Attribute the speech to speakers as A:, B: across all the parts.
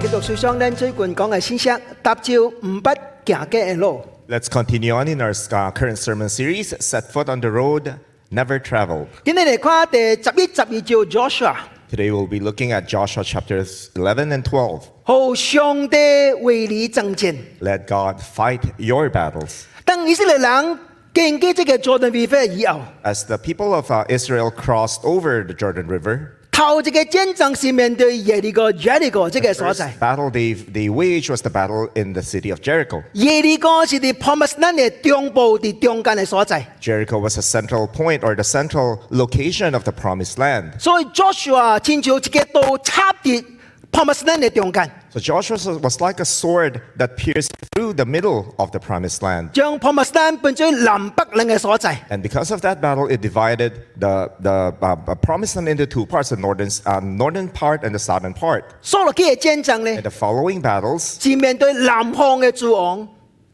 A: 繼續小商咧追冠講嘅先生，踏照唔不行嘅路。
B: Let's continue on in our uh, current sermon series, Set Foot on the Road, Never Travel.
A: 今日嚟看第十一、十二章 Joshua，
B: Today we'll be looking at Joshua chapters 11 and 12.
A: 好上帝為你爭戰。
B: Let God fight your battles.
A: 當以色列人經過這個佐敦河啡以後，
B: As the people of uh, Israel crossed over the Jordan River,
A: 頭一個戰爭是面對耶利哥、耶利哥這個所
B: first
A: 在。
B: battle they, they waged was the battle in the city of Jericho.
A: 耶利哥是啲 promise 咱嘅中部啲中間嘅所在，
B: Jericho was a central point or the central location of the promised land.
A: 所以 Joshua 親像一個刀插啲 promise 咱嘅中間，
B: So Joshua was like a sword that pierced through the middle of the promised land.
A: 將 promise 咱變做南北兩個所在。
B: And because of that battle, it divided the, the uh, promised land into two parts the northern, uh, northern part and the southern part.
A: 所羅基嘅戰爭呢
B: And，the following battles
A: 是面對南方嘅諸王。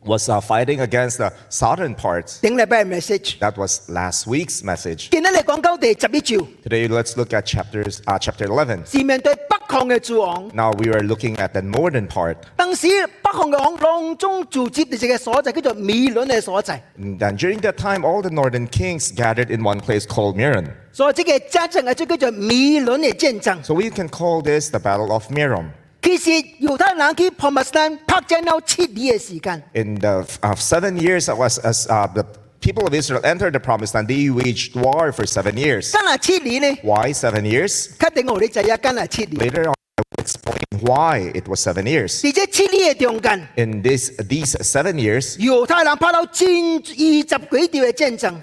B: was uh, fighting against the southern parts.
A: 頂禮拜嘅 message，
B: That was last week's message.
A: 今日嚟講到第十一章，
B: Today, let's look at chapters, uh, chapter 11.
A: 是面對北方嘅諸王。
B: Now we are looking at the northern part.
A: 當時北方嘅王當中組織嘅一個所在叫做米倫嘅所在，
B: And then during that time, all the northern kings gathered in one place called Meron.
A: 所以呢個戰爭嘅啊就叫做米倫嘅戰爭。
B: So we can call this the Battle of Merom.
A: 其實猶太人去 p r o m i s e 拍戰到七年嘅時間，
B: In the uh, seven years that was as uh, the people of Israel entered the Promised Land, they waged war for seven years.
A: 今日七年呢，
B: Why seven years?
A: 確定我哋就係今日七年。
B: Later on, I will explain why it was seven years.
A: 而且七年嘅中間，
B: In this, these seven years,
A: 猶太人拍到千二十幾條嘅戰爭，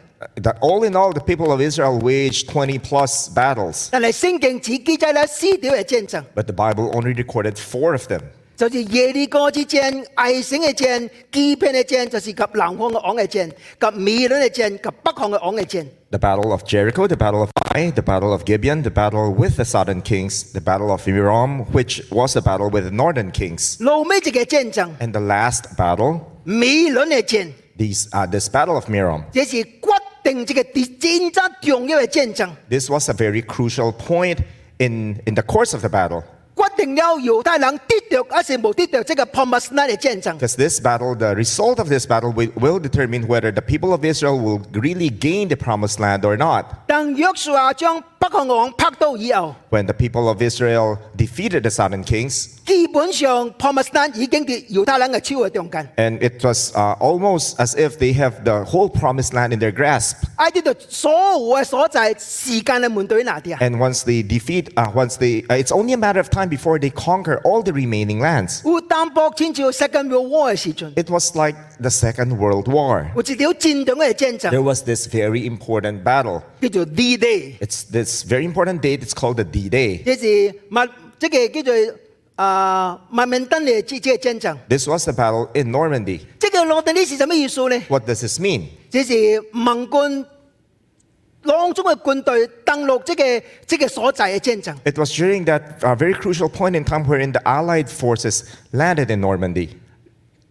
B: the, all in all, the people of Israel waged 20 plus battles,
A: 但係聖經只記載咗四條嘅戰爭。
B: but the Bible only recorded four of them.
A: 就是耶利哥之戰、艾城嘅戰、基遍嘅戰，就是及南方嘅王嘅戰，及米倫嘅戰，及北方嘅王嘅戰。
B: The Battle of Jericho, the Battle of Ai, the Battle of Gibeon, the battle with the southern kings, the Battle of Merom, which was a battle with the northern kings,
A: 路尾一個戰爭，
B: and the last battle,
A: 米倫嘅戰，
B: these, uh, this Battle of Merom.
A: 這是決定這個戰爭重要嘅戰爭，
B: This was a very crucial point in, in the course of the battle
A: 決定了猶太人得到還是冇得到這個 promise land 嘅戰爭。
B: because this battle, the result of this battle, will, will determine whether the people of Israel will really gain the promised land or not.
A: 當約書亞將北方王拍到以後，
B: When the people of Israel defeated the southern kings,
A: 基本上 promise land 已經係猶太人嘅手嘅中間，
B: and it was uh, almost as if they have the whole promised land in their grasp.
A: 喺呢度所有嘅所在時間嘅門對哪啲啊？
B: And once they defeat, uh, once they, uh, it's only a matter of time before they conquer all the remaining lands.
A: 有淡薄親像 Second World War 嘅時陣，
B: It was like the Second World War.
A: 有一條戰爭嘅戰爭
B: There was this very important battle.
A: 叫做 D Day，
B: It's this very important date. It's called the D-Day.
A: 即是麥即個叫做啊麥明登嘅即即個戰爭。
B: This was the battle in Normandy.
A: 這個羅登呢是什麼意思呢？
B: What does this mean?
A: 這是盟軍當中嘅軍隊登陸這個這個所在嘅戰爭。
B: It was during that uh, very crucial point in time wherein the Allied forces landed in Normandy.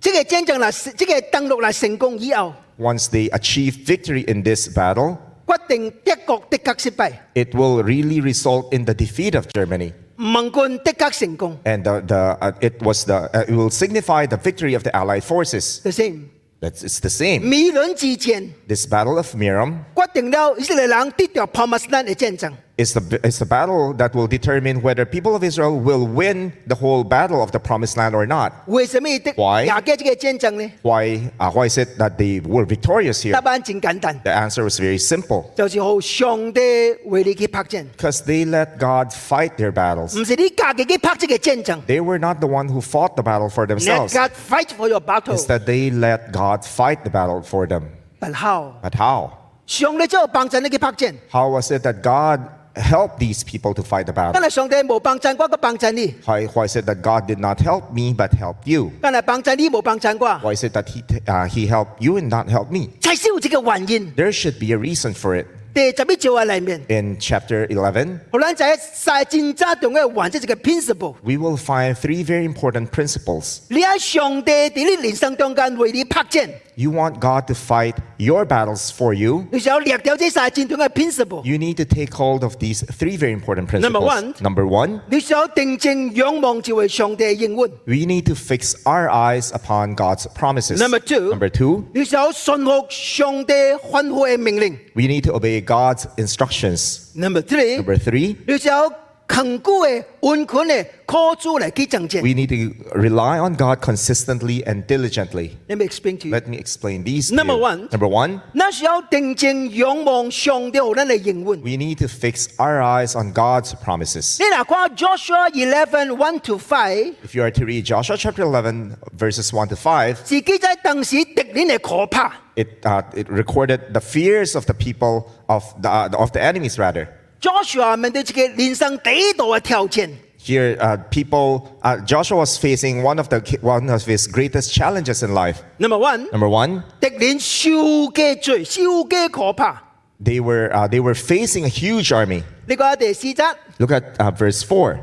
A: 這個戰爭嗱，這個登陸嗱成功以後，
B: Once they achieve victory in this battle,
A: 決定德國的確失敗，
B: it will really result in the defeat of Germany.
A: 盟軍的確成功。
B: And the, the, uh, it, was the, uh, it will signify the victory of the Allied forces.
A: 就先
B: That's, it's the same.
A: 米倫之戰
B: This Battle of Merom
A: 決定了以色列人得到 Promised Land 嘅戰爭。
B: is the, is the battle that will determine whether people of Israel will win the whole battle of the Promised Land or not.
A: 為什麼得
B: Why？
A: 廿幾這個戰爭呢？
B: Why, uh, why is it that they were victorious
A: 答
B: here?
A: 案很簡單，
B: The answer was very simple
A: 就是好上帝為你去拍戰，
B: because they let God fight their battles.
A: 唔是你家己去拍這個戰爭。
B: They were not the one who fought the battle for
A: Let
B: themselves.
A: God fight for your battle.
B: Instead, they let God fight the battle for them.
A: But how？
B: But how?
A: 上帝只有幫助你去拍戰，
B: How was it that God helped these people to fight the
A: 但
B: battle?
A: 係上帝冇幫助我，我幫助你；
B: Why, why is it that God did not help me but helped you?
A: 但係幫助你冇幫助我，
B: Why is it that He, uh, he helped you and not helped me?
A: 才是有這個原因。
B: There should be a reason for it.
A: 第十一章嘅裏面，
B: In chapter 11,
A: 我哋在晒戰爭中嘅原則這個 principle。
B: we will find three very important principles
A: 你喺上帝喺你人生中間為你拍戰，
B: You want God to fight your battles for you.
A: 你想掠掉呢晒戰團嘅 principle，
B: You need to take hold of these three very important principles.
A: Number one.
B: Number one,
A: 你想定睛仰望就係上帝嘅應允。
B: we need to fix our eyes upon God's promises.
A: Number two.
B: Number two,
A: 你想信服上帝吩咐嘅命令。
B: we need to obey God's instructions.
A: Number three，
B: Number three,
A: 你想勤固嘅、安全嘅、靠主嚟去爭戰。
B: we need to rely on God consistently and diligently.
A: Let me explain to you。
B: Let me explain these. to
A: Number
B: you.
A: one.
B: Number one,
A: 那時候定睛仰望上帝好人嘅應允。
B: we need to fix our eyes on God's promises.
A: 你嗱講 Joshua eleven one to five，
B: If you are to read Joshua chapter 11, verses 1 to 5,
A: 自己在當時敵人嘅可怕。
B: it, uh, it recorded the fears of the people, of the, uh, of the enemies rather.
A: Joshua 面對自己人生第一度嘅挑戰，
B: Here, uh, people, uh, Joshua was facing one of, the, one of his greatest challenges in life.
A: Number one，
B: Number one,
A: 敵人少嘅罪，少嘅可怕。
B: they were, uh, they were facing a huge army.
A: 你講第四則，
B: Look at uh, verse 4.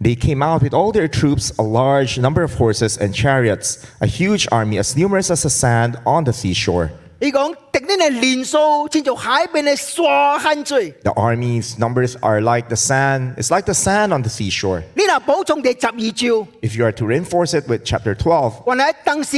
B: They came out with all their troops, a large number of horses and chariots, a huge army as numerous as the sand on the seashore.
A: 你講敵人嘅年數，正做海邊嘅沙灘罪。
B: The army's numbers are like the sand. It's like the sand on the seashore.
A: 你嗱補充第十二招，
B: If you are to reinforce it with chapter 12,
A: 原來當時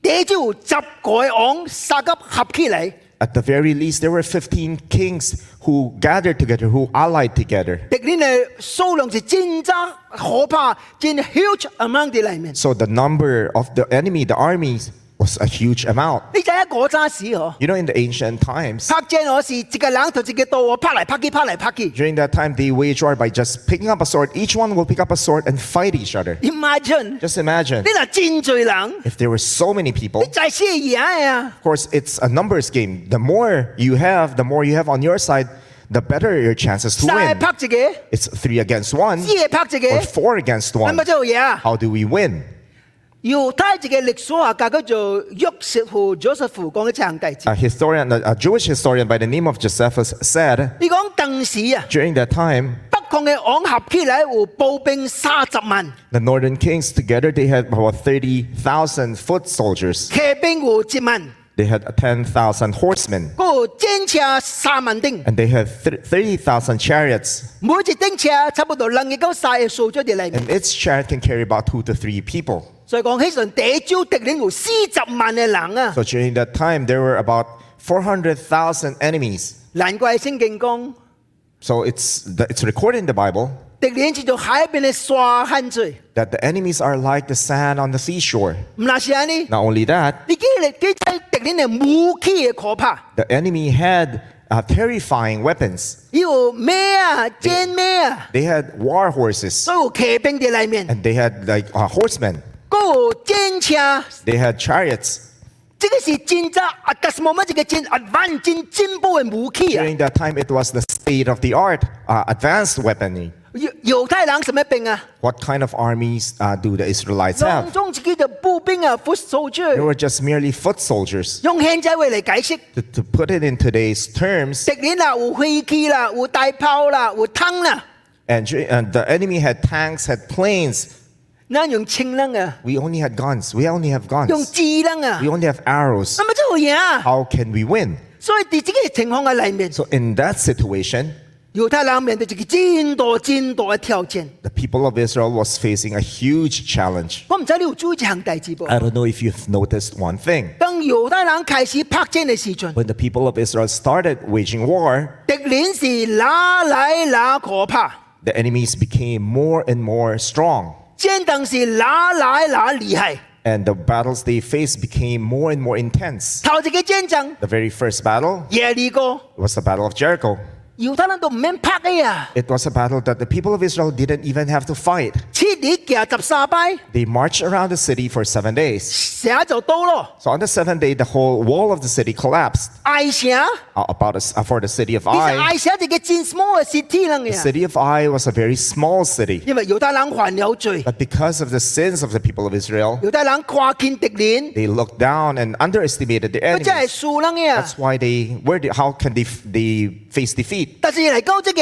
A: 第一招十個王殺急合起嚟，
B: at the very least, there were 15 kings who gathered together, who allied together.
A: 敵人嘅數量是真真可怕，真 huge amount 嘅裡面。
B: So the number of the enemy, the armies, was a huge amount.
A: 你就一個揸屎嗬，
B: You know, in the ancient times,
A: 拍正我是一個人同一個刀，我拍嚟拍去，拍嚟拍去。
B: during that time, they wage war by just picking up a sword. Each one will pick up a sword and fight each other.
A: Imagine，
B: Just imagine
A: 你嗱戰罪人，
B: if there were so many people.
A: 你就先贏啊！
B: Of course, it's a numbers game. The more you have, the more you have on your side, the better your chances to
A: 三
B: win.
A: 拍自己，
B: It's three against one
A: 四拍自己，
B: or four against
A: 咁
B: one.
A: 咪做嘢啊！
B: How do we win?
A: 猶太籍嘅歷史學家叫做約瑟夫 （Joseph） 講嘅長弟子，
B: A historian, a Jewish historian by the name of Josephus said
A: 你講當時啊，
B: during that time,
A: 北抗嘅昂合起嚟有步兵三十萬，
B: the northern kings together they had about 30,000 foot soldiers.
A: 騎兵有一萬，
B: They had 10,000 horsemen
A: 嗰個戰車三萬丁，
B: and they had thir- 30,000 chariots.
A: 每隻丁車差不多能夠晒嘅數咗啲嚟。
B: And each chariot can carry about two to three people.
A: 所以講起上第一招敵人有四十萬嘅人啊，
B: So during that time, there were about 400,000 enemies.
A: 難怪聖經講
B: So it's, the- it's recorded in the Bible
A: 敵人叫做海邊嘅沙灘水，
B: that the enemies are like the sand on the seashore.
A: 唔那是安尼，
B: Not only that,
A: 你記得記得敵人係武器嘅可怕。
B: the enemy had uh, terrifying weapons.
A: 有咩啊？真咩啊？
B: They had war horses
A: 所有騎兵在裡面，
B: and they had like uh, horsemen.
A: 嗰有戰車，
B: They had chariots.
A: 這個是戰爭啊！但是我們這個真啊 advanced 真進步的武器啊！
B: During that time, it was the state of the art, uh, advanced weaponry.
A: 猶猶太人什麼兵啊？
B: What kind of armies uh, do the Israelites
A: 用
B: have?
A: 中自己的步兵啊，foot
B: They
A: soldier。
B: were just merely foot soldiers.
A: 用現在話嚟解釋，
B: To, to put it in today's terms,
A: 敵人啊有飛機啦，有大炮啦，有槍啦，
B: and, dr- and the enemy had tanks, had planes.
A: 咱用槍人啊，
B: We only had guns. We only have
A: 用
B: guns.
A: 箭人啊
B: We，only have arrows.
A: 咁麼就贏啊！
B: How can we win?
A: 所以在這個情況嘅裡面，
B: So in that situation,
A: 猶太人面對一個真大真大嘅挑戰。
B: the people of Israel was facing a huge challenge.
A: 我唔知你有注意一項代志不？
B: I don't know if you've noticed one thing.
A: 當猶太人開始拍戰嘅時陣，
B: When the people of Israel started waging war,
A: 敵人是哪來哪可怕，
B: the enemies became more and more strong,
A: 戰鬥是哪來哪厲害。
B: and the battles they faced became more and more intense.
A: 頭一個戰爭，
B: The very first battle
A: 耶利哥，
B: was the Battle of Jericho.
A: 猶太人都唔免拍嘅呀。
B: It was a battle that the people of Israel didn't even have to fight.
A: 七日行十三拜，
B: They marched around the city for seven days.
A: 城就到咯。
B: So on the seventh day, the whole wall of the city collapsed.
A: 艾城，你
B: Uh, about a s- uh, for the city of
A: 是
B: Ai,
A: 艾城一個真 small 嘅 city 嚟
B: the
A: 嘅，
B: city of Ai was a very small city.
A: 因為猶太人犯了罪，
B: But because of the sins of the people of Israel,
A: 猶太人跨見敵人，
B: they looked down and underestimated the
A: 佢真係
B: enemies.
A: 輸人嘅呀
B: That's。why they where they, how can they f- they face defeat?
A: 但是嚟到這個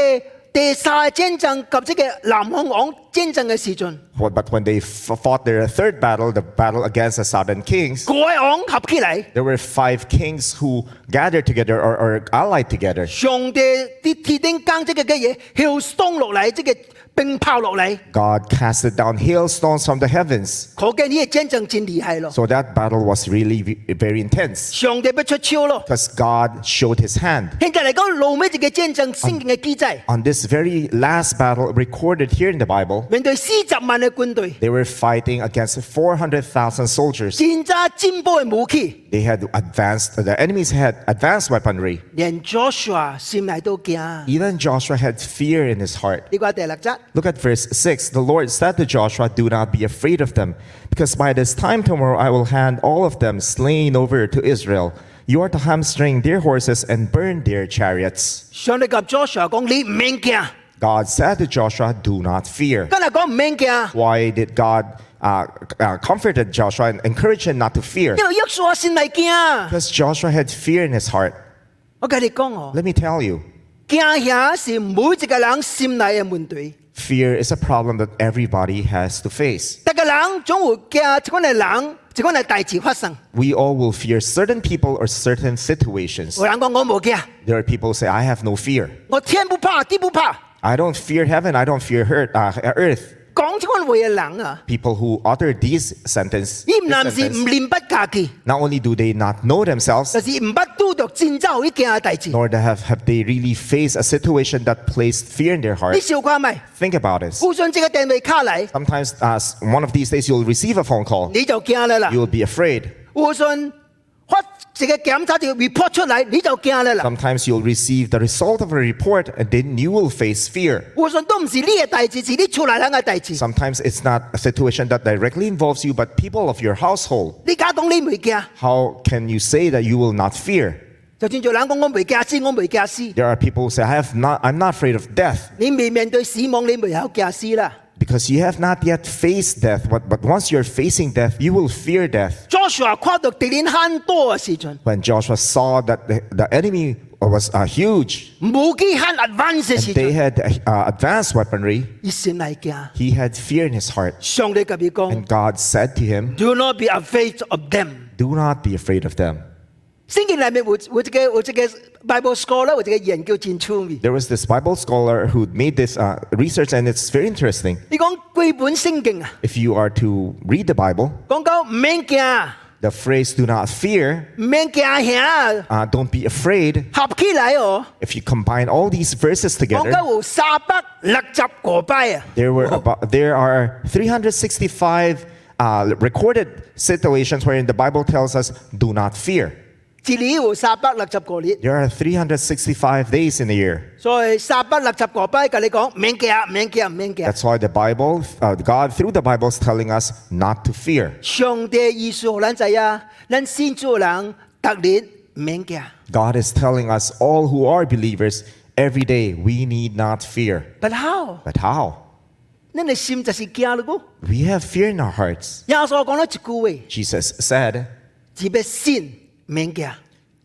A: 第三戰爭及這個南方王戰爭嘅時陣，
B: Well, But when they f- fought their third battle, the battle against the southern kings,
A: 各位昂合起嚟，
B: there were five kings who gathered together or, or allied together.
A: 上帝啲鐵釘更即嘅嘅嘢，曉鬆落嚟，即嘅冰炮落嚟，
B: God casted down hailstones from the heavens.
A: 可見呢個戰爭真厲害咯。
B: So that battle was really v- very intense
A: 上帝不出超咯。
B: because God showed his hand.
A: 現在嚟講，路尾一個戰爭聖經嘅記載，
B: On this very last battle recorded here in the Bible,
A: 面對四十萬嘅軍隊，
B: they were fighting against 400,000 soldiers.
A: 戰揸尖波嘅武器，
B: They had advanced, the enemies had advanced weaponry.
A: 連 Joshua 心內都驚。
B: Even Joshua had fear in his heart.
A: 呢個第六節，
B: Look at verse 6. The Lord said to Joshua, Do not be afraid of them, because by this time tomorrow I will hand all of them slain over to Israel. You are to hamstring their horses and burn their chariots.
A: 上帝及 Joshua 講：你唔免驚。
B: God said to Joshua, Do not fear.
A: 今日講唔免驚，
B: Why did God uh, uh, comforted Joshua and encouraged him not to fear?
A: 因為約書亞先嚟驚。
B: Because Joshua had fear in his heart.
A: 我跟你講哦，
B: Let me tell you,
A: 驚嚇是每一個人心內嘅問題。
B: fear is a problem that everybody has to face.
A: 一個人總會驚一款嘅人，一款嘅大事發生。
B: We all will fear certain people or certain situations.
A: 有人講我冇驚，
B: There are people who say, I have no fear.
A: 我天不怕地不怕。
B: I don't fear heaven. I don't fear earth. Uh, earth.
A: 講呢款話嘅人啊。
B: People who utter these sentence,
A: 伊唔
B: this
A: 但是
B: sentence,
A: 唔明白家己，
B: not only do they not know
A: 就
B: themselves,
A: 是唔捌拄着真正有一件嘅代志。
B: nor they have, have they really faced a situation that placed fear in their
A: 你
B: heart.
A: 笑看咪？
B: Think about it.
A: 固信即個定位卡嚟，
B: Sometimes uh, s- one of these days you'll receive a phone call.
A: 你就驚啦啦。
B: You'll be afraid.
A: 固信發一個檢查一個 report 出嚟，你就驚啦啦。
B: Sometimes you'll receive the result of a report and then you will face fear.
A: 固信都唔是呢個代志，是你厝內人嘅代志。
B: Sometimes it's not a situation that directly involves you, but people of your household.
A: 你假講你唔會驚，
B: How can you say that you will not fear?
A: 就算做人講我唔會驚死，我唔會驚死。
B: There are people who say, I have not, I'm not afraid of death
A: 你未面對死亡，你未有驚死啦。
B: because you have not yet faced death. But, but once you're facing death, you will fear death.
A: Joshua 跨到敵人很多嘅時陣，
B: When Joshua saw that the, the enemy was uh, huge,
A: 武器很 advanced 嘅
B: and
A: 時
B: they
A: 陣，
B: had uh, advanced weaponry,
A: 一心嚟驚。
B: he had fear in his heart.
A: 上帝及佢講
B: And God said to him,
A: ：Do not be afraid of them。
B: Do not be afraid of them.
A: 聖經裏面有有一個有一個 Bible scholar 有一個研究真趣味。
B: There was this Bible scholar who made this uh, research, and it's very interesting.
A: 你講歸本聖經啊，
B: If you are to read the Bible,
A: 講到唔免驚，
B: the phrase do not fear,
A: 唔免驚嚇，
B: uh, don't be afraid,
A: 合起來哦，
B: if you combine all these verses
A: 講
B: together,
A: 到有三百六十個拜啊。
B: There were about, there are 365 uh, recorded situations wherein the Bible tells us, "Do not fear."
A: 這裡有三百六十個列，
B: There are 365 days in a year.
A: 所以三百六十個拜跟你講唔免驚，唔免驚，唔免驚。
B: That's why the Bible, uh, God through the Bible, is telling us not to fear.
A: 上帝意思好咱知啊，咱信主的人特別唔免驚，
B: God is telling us all who are believers every day we need not fear.
A: 不好，
B: But how?
A: 咱嘅心就是驚咯。
B: We have fear in our hearts.
A: 耶穌講咗一句話，
B: Jesus said,
A: 只要信，唔免驚。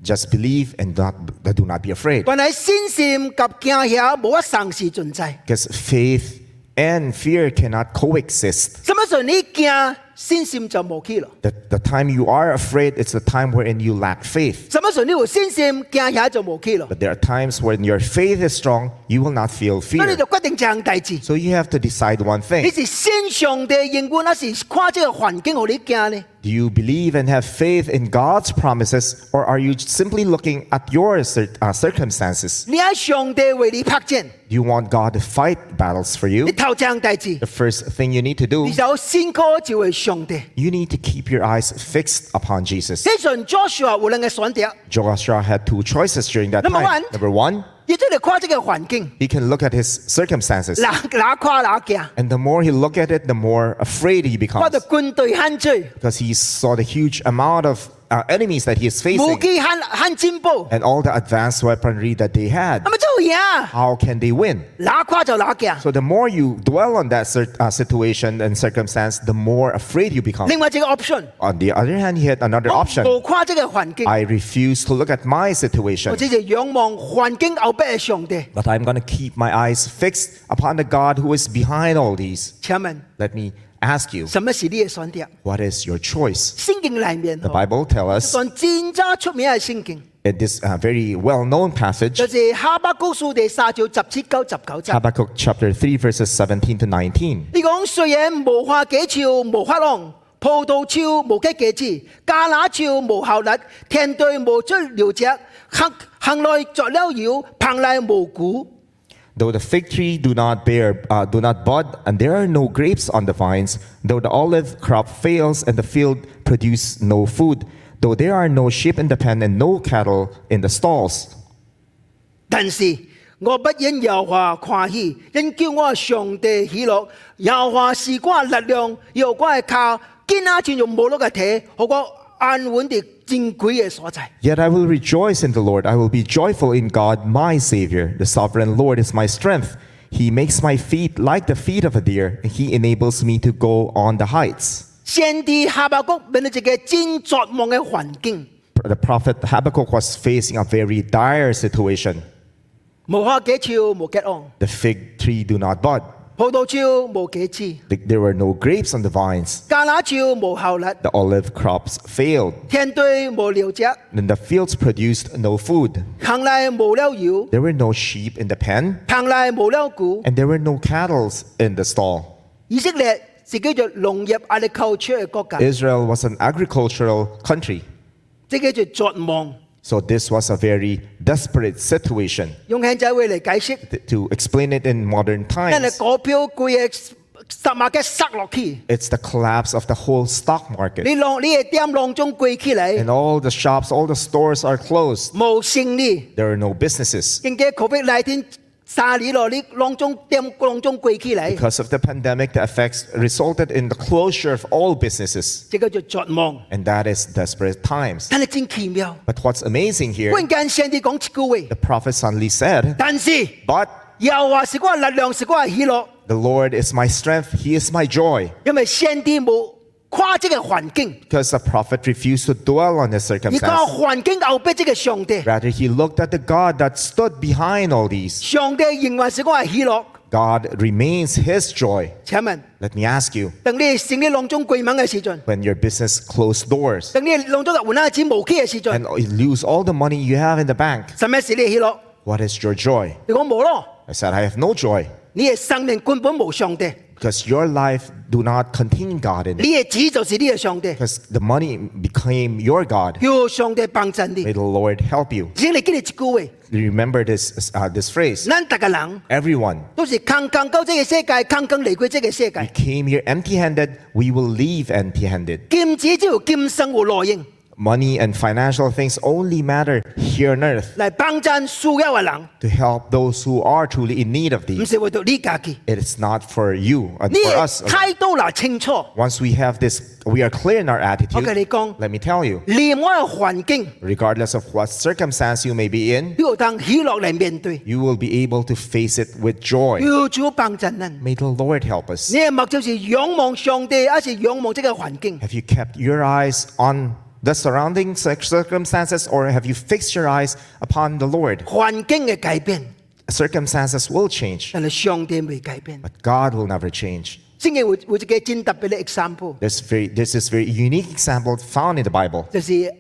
B: "Just believe and not, do not be afraid."
A: 原來信心及驚嚇無法同時存在。
B: Because faith and fear cannot coexist.
A: 什麼時候你驚，信心就冇去了；
B: The, the time you are afraid, it's the time wherein you lack faith.
A: 什麼時候你有信心，驚嚇就冇去了。
B: But there are times when your faith is strong, you will not feel
A: 所以你
B: fear.
A: 就決定一項代志：
B: So you have to decide one
A: 你
B: thing.
A: 是信上帝應允，還是看這個環境讓你驚呢？
B: Do you believe and have faith in God's promises, or are you simply looking at your cir- uh, circumstances?
A: 你喺上帝為你拍戰，
B: Do you want God to fight battles for
A: 你
B: you?
A: 頭一項代志
B: The，first thing you need to do,
A: 你就信靠就係上帝。
B: you need to keep your eyes fixed upon Jesus.
A: 這陣 Joshua 有兩個選擇，
B: Joshua had two choices during that
A: Number one.
B: time. Number one,
A: 亦即係看這個環境，
B: he can look at his circumstances.
A: 哪哪看哪驚，
B: And the more he look at it, the more afraid he
A: 看
B: becomes.
A: 到軍隊限聚，
B: because he saw the huge amount of uh, enemies that he is facing
A: 武器限限尖刀，
B: and all the advanced weaponry that they had.
A: 咁咪做嘢啊？
B: How can they win?
A: 哪跨就哪嘅。
B: So the more you dwell on that cir- uh, situation and circumstance, the more afraid you become.
A: 另外一個 option，
B: On the other hand, he had another
A: 我
B: option.
A: 無跨即嘅環境，
B: I refuse to look at my
A: 我
B: situation,
A: 只係仰望環境後壁嘅上帝。
B: but I'm going to keep my eyes fixed upon the God who is behind all these.
A: 請問
B: Let me ask you,
A: 什麼是呢個上帝啊？
B: what is your choice?
A: 聖經裡面哦
B: The，Bible tells us
A: 當戰爭出名嘅聖經，
B: in this uh, very well-known passage,
A: 就係哈巴谷書第三章十七九十九節。
B: Habakkuk chapter 3 verses 17 to 19.
A: 你講雖然無花幾朝無花浪，葡萄超無幾幾枝，芥那超無效率，田地無出苗隻，行行來作了妖，棚內無谷。
B: Though the fig tree do not bear, uh, do not bud, and there are no grapes on the vines, though the olive crop fails and the field produce no food, though there are no sheep in the pen and no cattle in the stalls,
A: 但是我不因耶和華誇喜，因叫我上帝喜樂。耶和華是我的力量，耶和華嘅靠，堅那戰用無碌嘅體，好過安穩地正軌嘅所在。
B: yet I will rejoice in the Lord. I will be joyful in God, my Savior. The sovereign Lord is my strength. He makes my feet like the feet of a deer, and he enables me to go on the heights.
A: 先知哈巴谷面對一個真絕望嘅環境，
B: The prophet Habakkuk was facing a very dire situation.
A: 無花幾朝無結案，
B: The fig tree do not bud.
A: 葡萄朝無幾枝。
B: Th- There were no grapes on the vines.
A: 芥那朝無效率，
B: The olive crops failed.
A: 天地無料隻，
B: Then the fields produced no food.
A: 行嚟無了妖，
B: There were no sheep in the pen,
A: 棚嚟無了谷。
B: and there were no cattle in the stall.
A: 以色列是叫做農業 agriculture 嘅國家，
B: Israel was an agricultural country,
A: 即叫做絕望。
B: so this was a very desperate situation.
A: 用輕仔會嚟解釋，
B: Th- To explain it in modern
A: 因為
B: times,
A: 股票貴嘅十萬嘅塞落去，
B: it's the collapse of the whole stock market.
A: 你浪你係點浪中貴起嚟，
B: And all the shops, all the stores are closed.
A: 無勝利。
B: There are no businesses.
A: 經過 COVID 19三年落，你浪中點浪中貴起嚟，
B: Because of the pandemic, the effects resulted in the closure of all businesses.
A: 即叫做絕望。
B: And that is desperate times.
A: 但係真奇妙，
B: But what's amazing
A: 忽
B: here,
A: 然間上帝講一句話
B: the，prophet suddenly said,
A: 但是
B: But
A: 又話是我嘅力量，是我嘅喜樂。
B: the Lord is my strength, He is my joy.
A: 因為上帝冇跨即嘅環境，
B: Because the prophet refused to dwell on his
A: 而家
B: circumstance.
A: 環境後壁即嘅上帝，
B: Rather, he looked at the God that stood behind all these.
A: 上帝仍然是我係喜樂。
B: God remains His joy.
A: 請問，
B: Let me ask you,
A: 當你成啲浪中貴猛嘅時陣，
B: when your business closed doors
A: 當你浪中入換一錢無期嘅時陣，
B: and you lose all the money you have in the bank,
A: 什麼事你喜樂？
B: what is your joy?
A: 你講冇咯，
B: I said, I have no joy
A: 你嘅生命根本冇上帝，
B: because your life do not contain God in
A: 你
B: it.
A: 嘅子就是呢個上帝，
B: Because the money became your God.
A: 叫上帝幫襯你
B: May。the Lord help you.
A: 請你今日一句話，
B: Remember this, uh, this phrase.
A: 咱大家人
B: Everyone,
A: 都是坑坑到這個世界，坑坑離開這個世
B: we
A: 界。
B: came here empty handed, we will leave empty handed.
A: 金子只有今生活內應，
B: Money and financial things only matter here on earth
A: 嚟幫襯需要嘅人，
B: to help those who are truly in need of
A: 唔
B: these.
A: 是為到你家己。
B: It is not for you and
A: 你
B: for us.
A: 態度嗱清楚，
B: Once we have this, we are clear in our attitude.
A: 我跟你講，
B: Let me tell you,
A: 離我嘅環境，
B: regardless of what circumstance you may be in,
A: 要當喜樂嚟面對，
B: you will be able to face it with joy.
A: 要主幫助人。
B: May the Lord help us.
A: 你嘅目標是仰望上帝，還是仰望這個環境？
B: Have you kept your eyes on the surrounding cir- circumstances or have you fixed your eyes upon the Lord?
A: 環境嘅改變，
B: Circumstances will change,
A: 但係上帝未改變。
B: but God will never change.
A: 聖經會會一個真特別嘅 example，
B: There's, very, there's this very unique example found in the Bible.
A: 就是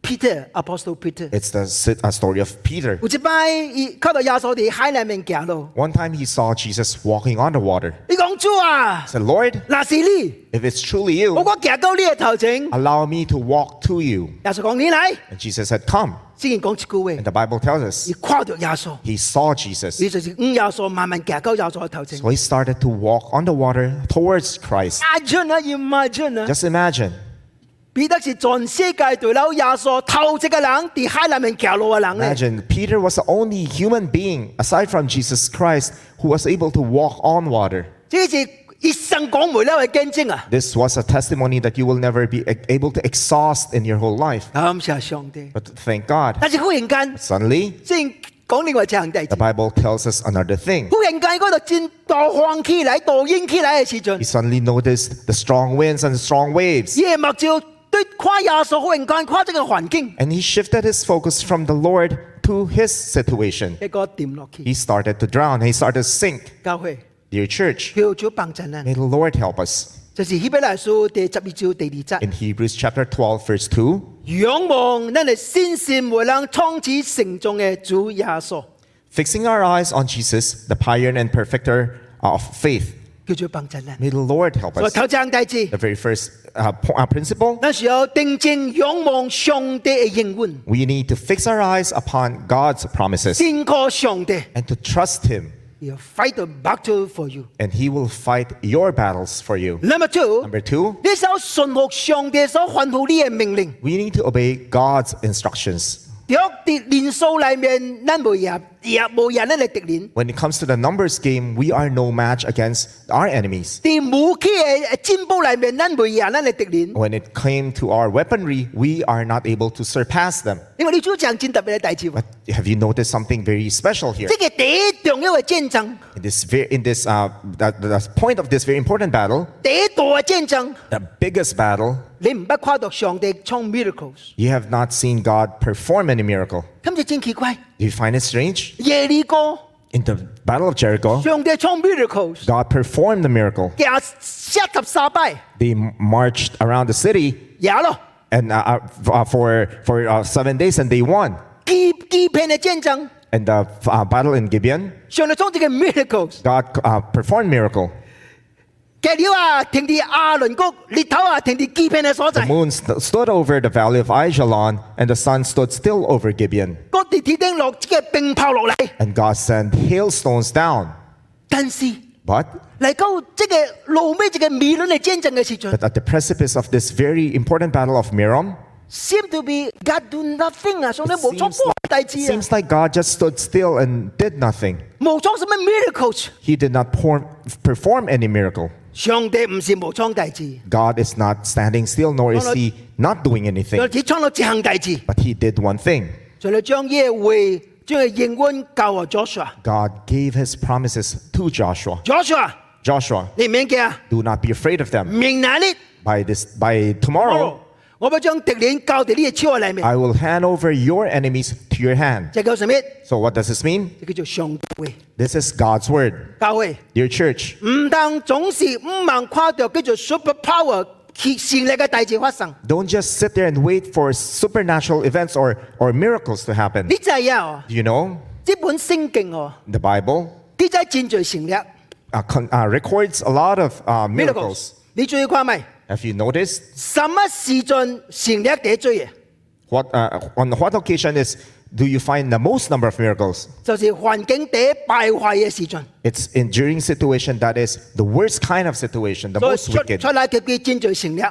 A: Peter Apostle Peter。
B: It's the si- uh, story of Peter.
A: 有一擺，伊靠到耶穌喺海裡面行路，
B: One time he saw Jesus walking on the water.
A: 你講主啊
B: He，said, Lord,
A: 那是你，
B: if it's truly
A: 我
B: you,
A: 我行到你嘅頭前。
B: allow me to walk to you.
A: 耶穌講你嚟，
B: And Jesus said, Come.
A: 聖經講一句話，
B: And the Bible tells us
A: 你跨到耶穌。
B: he saw Jesus.
A: 你就是五廿數慢慢夾鳩廿數嘅頭前。
B: So he started to walk on the water towards Christ.
A: 阿俊啊，要唔係俊啊？
B: Just imagine
A: 彼得是全世界最有廿數透直嘅人，喺海裡面行路嘅人咧。
B: Imagine Peter was the only human being aside from Jesus Christ who was able to walk on water.
A: 這是一生講梅咧嘅見證啊！
B: This was a testimony that you will never be a- able to exhaust in your whole life.
A: 感謝上帝。
B: But thank God,
A: 但是忽然間，
B: suddenly
A: 即係講另外一隻行弟
B: the Bible tells us another thing.
A: 忽然間嗰度戰鬥放起嚟、倒影起嚟嘅時陣，
B: He suddenly noticed the strong winds and the strong waves,
A: 夜幕照對跨廿數，忽然間跨咗個環境，
B: and he shifted his focus from the Lord to his situation.
A: 一個掂落去。
B: He started to drown, he started to sink.
A: 教會
B: Dear church,
A: 叫主幫襯啊！
B: may the Lord help us.
A: 就是希伯來書第十二章第二節
B: In，Hebrews chapter 12, verse 2,
A: 仰望咱係先善無能創始成終嘅主耶穌，
B: fixing our eyes on Jesus, the pioneer and perfecter of faith.
A: 叫主幫襯啊！
B: May the Lord help
A: 我
B: us.
A: 頭正弟子
B: The，very first uh, po- uh, principle
A: 那時候定睛仰望上帝嘅應允，
B: we need to fix our eyes upon God's promises
A: 先靠上帝。
B: and to trust Him,
A: You fight the battle for you。
B: and He will fight your battles for you.
A: Number two，
B: Number two,
A: 呢首順服上帝所吩咐你嘅命令，
B: we need to obey God's instructions.
A: 喺啲年數裏面，咱冇也也冇人嚟敵人。
B: When it comes to the numbers game, we are no match against our enemies.
A: 啲武器嘅戰步裏面，咱冇人嚟敵人。
B: When it came to our weaponry, we are not able to surpass them.
A: 因為你做戰爭特別嘅大事，
B: But have you noticed something very special here?
A: 即係第一重要嘅戰爭，
B: In this, very, in this uh, the, the point of this very important battle,
A: 第一大嘅戰爭，
B: the biggest battle,
A: 你唔不跨到上帝創 miracles，
B: you have not seen God perform any miracle.
A: 咁就真奇怪。
B: Do you find it strange?
A: 耶利哥，
B: In the Battle of Jericho,
A: 上帝創 miracles，
B: God performed the miracle.
A: 廿七十三拜，
B: They m- marched around the city
A: 廿咯，
B: and uh, uh, f- uh, for, for uh, seven days and they won.
A: 基基片嘅戰爭。
B: And the uh, battle in Gibeon,
A: 上帝創造嘅 miracles，
B: God uh, performed miracle.
A: 嘅料啊停啲亞倫谷，列頭啊停啲基片嘅所
B: The
A: 在，
B: moon st- stood over the valley of Ajalon and the sun stood still over Gibeon.
A: 各地鐵釘落嘅並炮落嚟，
B: And God sent hailstones down.
A: 但是
B: But,
A: 嚟到即係路尾即嘅美輪嘅戰爭嘅時陣
B: but at the precipice of this very important battle of Merom,
A: ，seem to be God do nothing 啊，上帝
B: it
A: 無創
B: seems
A: 波
B: like-
A: 大
B: it
A: 志啊，
B: seems like God just stood still and did nothing.
A: 無創什麼 miracles，
B: He did not por- perform any miracle.
A: 上帝唔是無創大志，
B: God is not standing still, nor is
A: No, no.
B: he not doing
A: 上
B: anything.
A: 帝只創到只行大志，
B: But he did one thing
A: 上帝將耶會將佢應允教啊 Joshua，Joshua
B: God gave his promises to Joshua. Joshua,
A: 你唔免驚啊，
B: do not be afraid of them.
A: 明嗱呢，
B: By, this, by tomorrow,
A: 我要將敵人交到呢個超裏面。
B: I will hand over your enemies to your hand.
A: 就叫什麼？
B: So, what does this mean?
A: 就叫做上帝會
B: This is God's word.
A: 教會，
B: Dear church,
A: 唔但總是五萬跨度，叫做 super power 竭善力嘅大事發生。
B: don't just sit there and wait for supernatural events or, or miracles to happen.
A: 你知啊哦，
B: You know,
A: 這本聖經哦，
B: the Bible
A: 記載戰罪成力
B: uh, con- uh, records a lot of uh, miracles.
A: miracles。你注意看未？
B: Have you noticed?
A: 什麼時陣成力第一追啊？
B: What, uh, on what occasion is do you find the most number of miracles?
A: 就是環境第一敗壞嘅時陣。
B: It's in during situation that is the worst kind of situation, the
A: 所以
B: most
A: 出
B: wicked.
A: 出嚟嘅叫戰罪成力。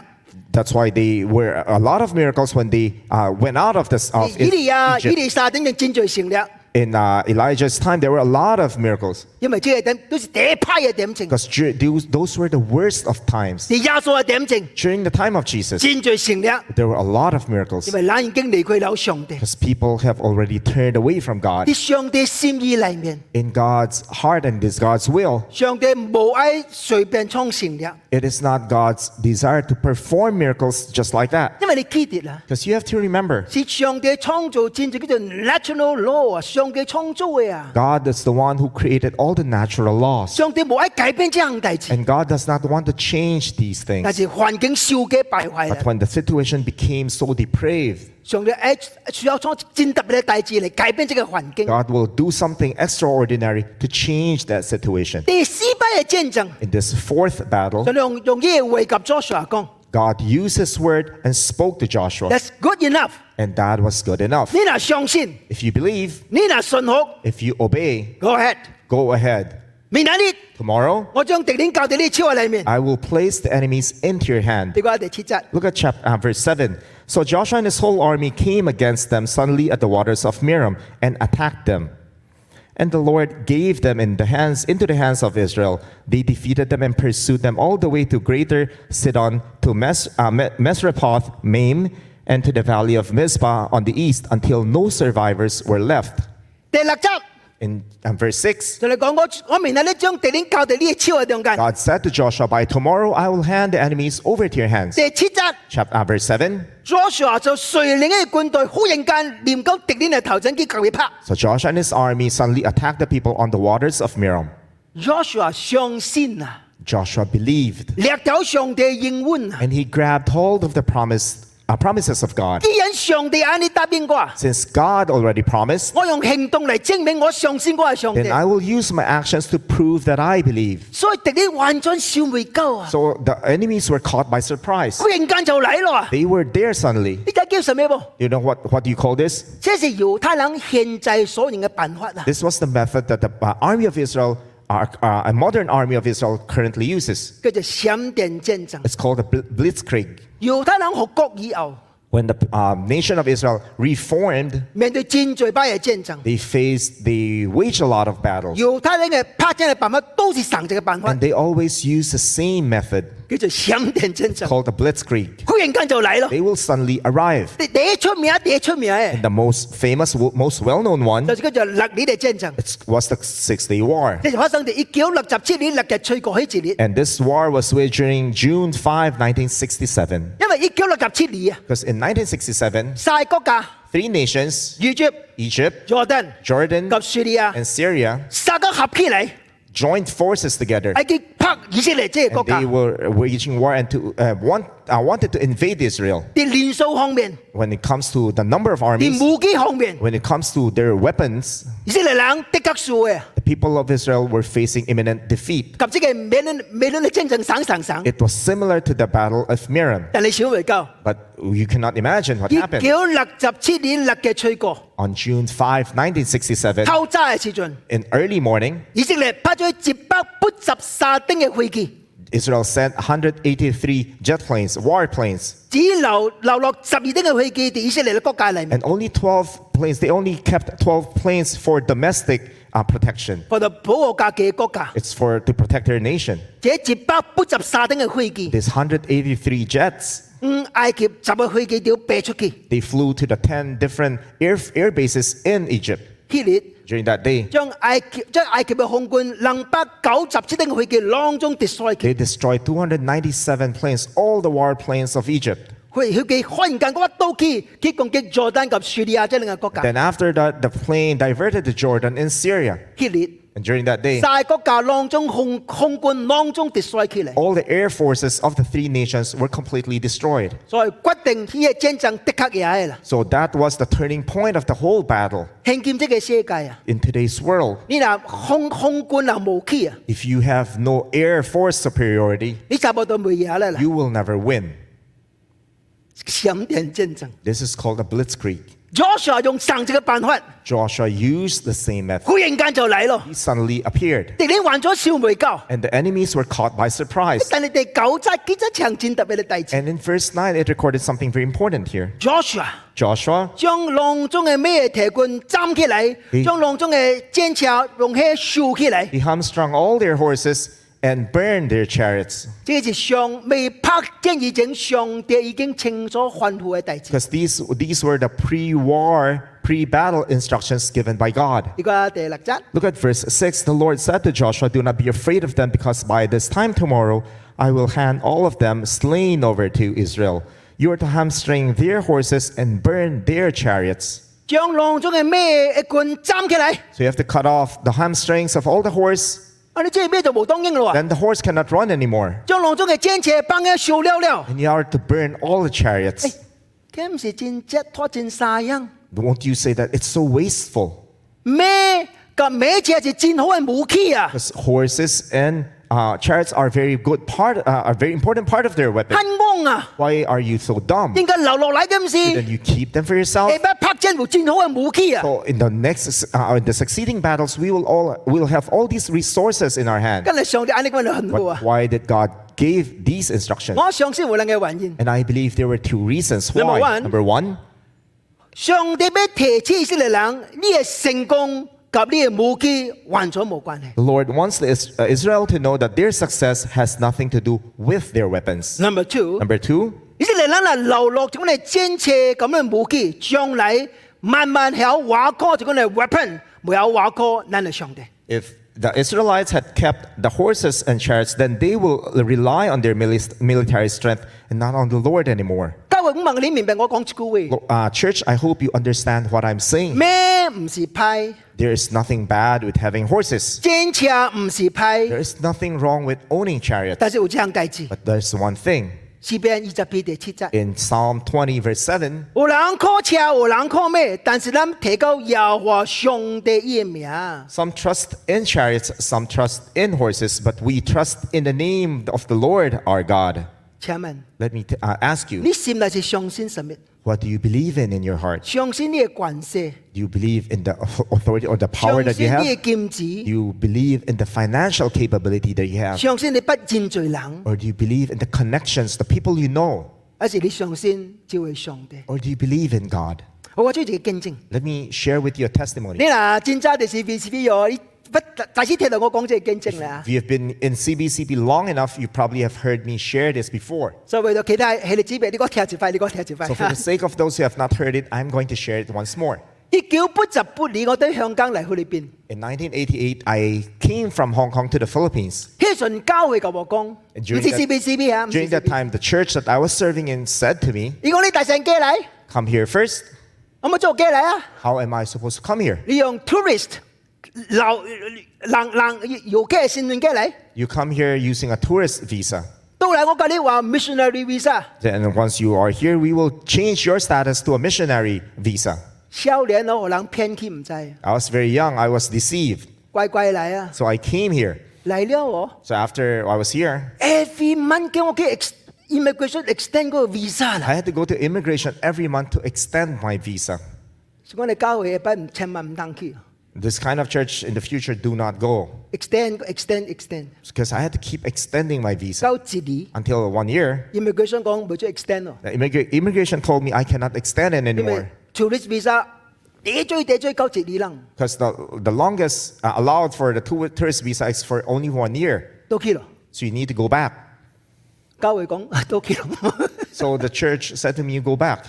B: That's why they were a lot of miracles when they uh, went out of this of
A: 以利亞、以
B: Egypt.
A: 利沙等嘅戰罪成力，
B: In uh, Elijah's time, there were a lot of miracles
A: 因為即係等都是第一批嘅點證，
B: because those were the worst of times.
A: 是耶穌嘅點證，
B: During the time of Jesus,
A: 戰罪成力，
B: there were a lot of miracles
A: 因為咱已經離開了上帝。
B: because people have already turned away from God.
A: 喺上帝心意裏面，
B: In God's heart and this God's will,
A: 上帝無愛隨便創成嘅，
B: it is not God's desire to perform miracles just like that.
A: 因為你記得啦，
B: Because you have to remember,
A: 是上帝創造戰就叫做 natural law 啊，上帝創造嘅啊，
B: God is the one who created all the natural laws.
A: 上帝無愛改變這樣大事，
B: And God does not want to change these
A: 但
B: things.
A: 是環境少嘅敗壞
B: But
A: 啦，
B: when the situation became so depraved,
A: 上帝愛需要創戰特別嘅大事嚟改變這個環境。
B: God will do something extraordinary to change that situation.
A: 第四批嘅戰爭，
B: In this fourth battle,
A: 上帝用用耶和華及 Joshua 講
B: God used his word and spoke to Joshua.
A: ，That's good enough。
B: And that was good enough.
A: 你嗱相信，
B: If you believe,
A: 你嗱信服
B: if you obey,
A: ，Go ahead。
B: go ahead.
A: 明天呢，
B: Tomorrow,
A: 我將敵人教到你超喺裏面，
B: I will place the enemies into your hand.
A: 你講第七節。
B: Look at chapter uh, verse 7. So Joshua and his whole army came against them suddenly at the waters of Merom and attacked them. And the Lord gave them in the hands into the hands of Israel. They defeated them and pursued them all the way to Greater Sidon, to Mes- uh, Me- Mesrepoth, Maim, and to the valley of Mizpah on the east, until no survivors were left.
A: 第六集
B: In um, verse six,
A: 就嚟講我我明日咧將地鏈交地呢嘅超喺中間。
B: God said to Joshua, "By tomorrow I will hand the enemies over to your hands."
A: 第七集
B: Chapter uh, verse seven.
A: Joshua 就率領一支軍隊，忽然間連到敵人嘅頭陣，結強被拍。
B: So Joshua and his army suddenly attacked the people on the waters of Merom.
A: Joshua 上先啊，
B: Joshua believed,
A: 掠走上帝嘅應允啊！
B: and he grabbed hold of the promise, uh, promises of God.
A: 既然上帝眼你答應我啊，
B: Since God already promised,
A: 我用行動嚟證明我上先我係上
B: then
A: 帝。
B: I will use my actions to prove that I believe.
A: 所以敵人幻咗小未鳩啊，
B: So the enemies were caught by surprise.
A: 忽然間就嚟咯啊！
B: They were there suddenly.
A: 呢個叫什麼噃？
B: You know what, what do you call this?
A: 這是猶太人限制所用嘅辦法啊！
B: This was the method that the uh, army of Israel, uh, uh, a modern army of Israel, currently uses.
A: 叫做閃電戰爭。
B: It's called the bl- blitzkrieg.
A: 猶太人學國以後，
B: When the uh, nation of Israel reformed,
A: 面對戰罪班嘅戰爭，
B: they faced, they waged a lot of battles.
A: 猶太人嘅拍戰嘅辦法都是神藉嘅辦法，
B: And they always use the same method
A: 叫做閃電戰爭。
B: called the blitzkrieg.
A: 忽然間就嚟咯。
B: They will suddenly arrive.
A: 第第一出名，第一出名嘅
B: The most famous, w- most well-known one
A: 就是叫做六年嘅戰爭，
B: it's- was the Six-Day War.
A: 即係發生喺一九六十七年六月吹過起之列。
B: And this war was waged during June 5, 1967.
A: 因為一九六十七年啊，
B: Because in 1967,
A: 晒國家
B: three nations,
A: 以及
B: Egypt,
A: 約旦
B: Jordan,
A: 及敘利亞
B: and Syria,
A: 三個合起嚟，
B: joined forces together.
A: 係叫拍以色列即係國
B: And
A: 家
B: they。were waging war and to, uh, want, uh, wanted to invade Israel.
A: 啲年數方面，
B: When it comes to the number of
A: 啲
B: armies,
A: 武器方面，
B: when it comes to their weapons,
A: 以色列人的確數嘅，
B: the people of Israel were facing imminent defeat.
A: 及即係美倫美倫嘅戰爭省省省，
B: It was similar to the Battle of Merom,
A: 但你少未夠。
B: but you cannot imagine what
A: 一
B: happened.
A: 九六十七年六月吹過，
B: On June 5, 1967,
A: 偷炸嘅時陣，
B: in early morning,
A: 以色列派咗接北八十沙丁嘅飛機。
B: Israel sent 183 jet planes, war planes,
A: 只留流落十二丁嘅血記地以色列嘅國界嚟面，
B: and only 12 planes. They only kept 12 planes for domestic uh, protection.
A: 放到保護家嘅國家，
B: It's for to protect their nation.
A: 這接北八十沙丁嘅血記，
B: These 183 jets,
A: 五埃及十個血記掉飛出去，
B: they flew to the 10 different air, air bases in Egypt
A: 希列
B: during that day.
A: 將埃及將埃及嘅空軍能百九十七丁嘅血記當中 destroy 佢，
B: They destroyed 297 planes, all the war planes of Egypt.
A: 佢血記忽然間嗰一刀機，佢攻擊佐丹及敍利亞即係兩個國家，
B: Then after that, the plane diverted to Jordan and Syria.
A: 希列
B: And during that day,
A: 晒國家當中空空軍當中 destroy 佢嚟，
B: all the air forces of the three nations were completely destroyed.
A: 所以決定呢個戰爭的確也係啦，
B: So that was the turning point of the whole battle
A: 興建即嘅世界啊，
B: in today's world.
A: 你嗱空空軍啊無期啊！
B: If you have no air force superiority,
A: 你查冇到冇嘢啦，嗱，
B: you will never win.
A: 閃電戰爭。
B: This is called a blitzkrieg.
A: Joshua 用神跡嘅辦法，
B: Joshua used the same method.
A: 忽然間就嚟咯。
B: He suddenly appeared,
A: 敵人患咗小梅鳩，
B: and the enemies were caught by surprise.
A: 但係第九集幾則長戰特別嘅第二節
B: And in verse 9, it recorded something very important here.
A: Joshua
B: Joshua
A: 將浪中嘅咩提棍斬起嚟，
B: 嗯
A: 將浪中嘅戰車用起豎起嚟，
B: He hamstrung all their horses and burned their chariots.
A: 這是上未拍正以前，上帝已經清楚吩咐嘅第二節。
B: Because these, these were the pre war, pre battle instructions given by God.
A: 呢個第六集，
B: Look at verse 6. The Lord said to Joshua, Do not be afraid of them, because by this time tomorrow I will hand all of them slain over to Israel. You are to hamstring their horses and burn their chariots.
A: 將浪中嘅咩一棍斬起嚟，
B: So you have to cut off the hamstrings of all the horse,
A: 啊你即係咩就無當應咯喎。
B: then the horse cannot run anymore.
A: 將浪中嘅戰車崩起豎溜溜。
B: And you are to burn all the
A: Ê,
B: chariots.
A: cái em sẽ trên chết thoát trên xa yang.
B: Won't you say that it's so wasteful?
A: Mê, cả mê chỉ chỉ trên hối mũ khí à.
B: Because horses and uh, chariots are very good part, uh, are very important part of their weapon.
A: Hăn ngon à.
B: Why are you so dumb?
A: Nhưng cái lầu lầu lại cái em gì.
B: Then you keep them for yourself.
A: Ê, bác phát trên vụ trên hối mũ khí à.
B: So in the next, uh, in the succeeding battles, we will all we will have all these resources in our hand.
A: Cái này xong thì anh ấy có lần hồ à.
B: But why did God give these instructions?
A: Ngó xong xin hồi là nghe hoàn nhiên.
B: And I believe there were two reasons why.
A: Number one.
B: Number one,
A: Xong thì bế thể chi sẽ là lãng. Nhi là thành công. cả 甲你嘅武器完全冇關係。
B: The Lord wants the Is- uh, Israel to know that their success has nothing to do with their weapons.
A: Number two，
B: Number two,
A: 以色列人啊流落咗我哋尖切咁嘅武器，將來慢慢有瓦哥就講嚟 weapon，冇有瓦哥，咱係上帝。
B: if the Israelites had kept the horses and chariots, then they will rely on their milis- military strength and not on the Lord anymore.
A: 教會五問你明白我講一句話：
B: Lo- Uh, church, I hope you understand what I'm saying.
A: 咩唔是派，
B: There is nothing bad with having horses.
A: 尖切唔是派。
B: There is nothing wrong with owning chariots.
A: 但是有一項代志，
B: But there's one thing.
A: 詩篇二十篇第七節。
B: In Psalm 20, verse 7,
A: 有人靠車，有人靠咩？但是咱提到耶和華上帝嘅名，
B: some trust in chariots, some trust in horses, but we trust in the name of the Lord our God.
A: 請問
B: Let me t- uh, ask
A: 你
B: you,
A: 心內是相信什麼？
B: what do you believe in in your heart?
A: 相信你嘅關係，
B: Do you believe in the au- authority or the power
A: 相
B: that you
A: 信
B: have?
A: 你嘅
B: Do
A: 金子，
B: you believe in the financial capability that you have?
A: 相信你不認罪人，
B: Or do you believe in the connections, the people you know?
A: 還是你相信只會上帝？
B: Or do you believe in God?
A: 我做一個見證，
B: Let me share with you a
A: 你
B: testimony.
A: 嗱真真地是 V C V 哦，你不大師聽到我講這個見證啦
B: If，you've been in CBCB long enough, you probably have heard me share this before.
A: 所以為咗其他係你姊妹，你講聽一塊，你講聽一
B: So, for
A: 塊。
B: the sake of those who have not heard it, I'm going to share it once more.
A: 一九八十八年，我對香港嚟菲律賓，
B: In 1988, I came from Hong Kong to the Philippines.
A: 希順教會教我講，唔
B: And
A: 是
B: during
A: C
B: that-
A: B C B 啊，唔是
B: During that
A: CBCB
B: time, the church that I was serving in said to me,
A: 如果你大成機嚟，
B: Come here first.
A: 啊我冇做機嚟啊！
B: How am I supposed to come here?
A: 你用 tourist 流人人遊嘅信任機嚟，
B: You come here using a tourist visa.
A: 到嚟我教你話 missionary visa，
B: Then, once you are here, we will change your status to a missionary visa.
A: 少年哦佬可能偏見唔制，
B: I was very young, I was deceived.
A: 乖乖嚟啊！
B: So, I came here.
A: 嚟了我
B: So, after I was here,
A: every month 叫我嘅 ex immigration extend 嗰個 visa 啦，
B: I had to go to immigration every month to extend my visa.
A: 所以我哋教會不唔千萬唔當去
B: This kind of church in the future, do not go.
A: extend extend extend，
B: because I had to keep extending my visa
A: 到一年
B: until one year.
A: immigration 講唔做 extend 咯，
B: The immigra- immigration told me I cannot extend it
A: 因為
B: anymore
A: tourist visa 你最你最高一年啦，
B: because the, the longest uh, allowed for the tour- tourist visa is for only one year.
A: 到去咯，
B: So you need to go back.
A: 教會 講到去咯。
B: So the church said to me, "You go back."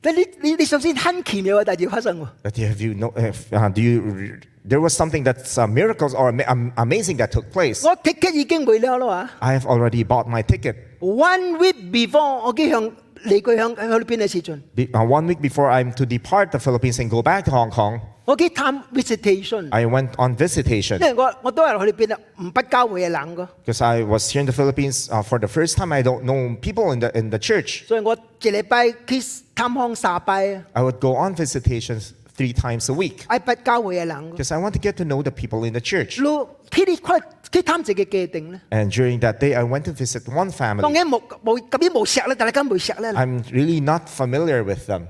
A: 但你你你首先很奇妙嘅大事發生喎，
B: But have you know? If, uh, do you? Re- there was something that's uh, miracles or ama- am- amazing that took place.
A: 我 ticket 已經買了咯啊
B: I have already bought my ticket.
A: ，one week before 我去向離開向菲律賓嘅時陣，
B: Be- uh, one week before I'm to depart the Philippines and go back to Hong Kong,
A: 我去探 visitation，
B: I went on visitation
A: 因為我我都係去菲律賓啊，唔不交會嘅人個，
B: because I was here in the Philippines uh, for the first time. I don't know people in the in the church.
A: 所以我一禮拜去探訪三拜啊，
B: I would go on visitations three times a week
A: 係不交會嘅人個。
B: because I want to get to know the people in the church.
A: 路去你可去探自己嘅定咧，
B: And during that day, I went to visit
A: 當
B: one family.
A: 然冇冇咁啲冇石咧，大家冇石咧，
B: I'm really not familiar with them.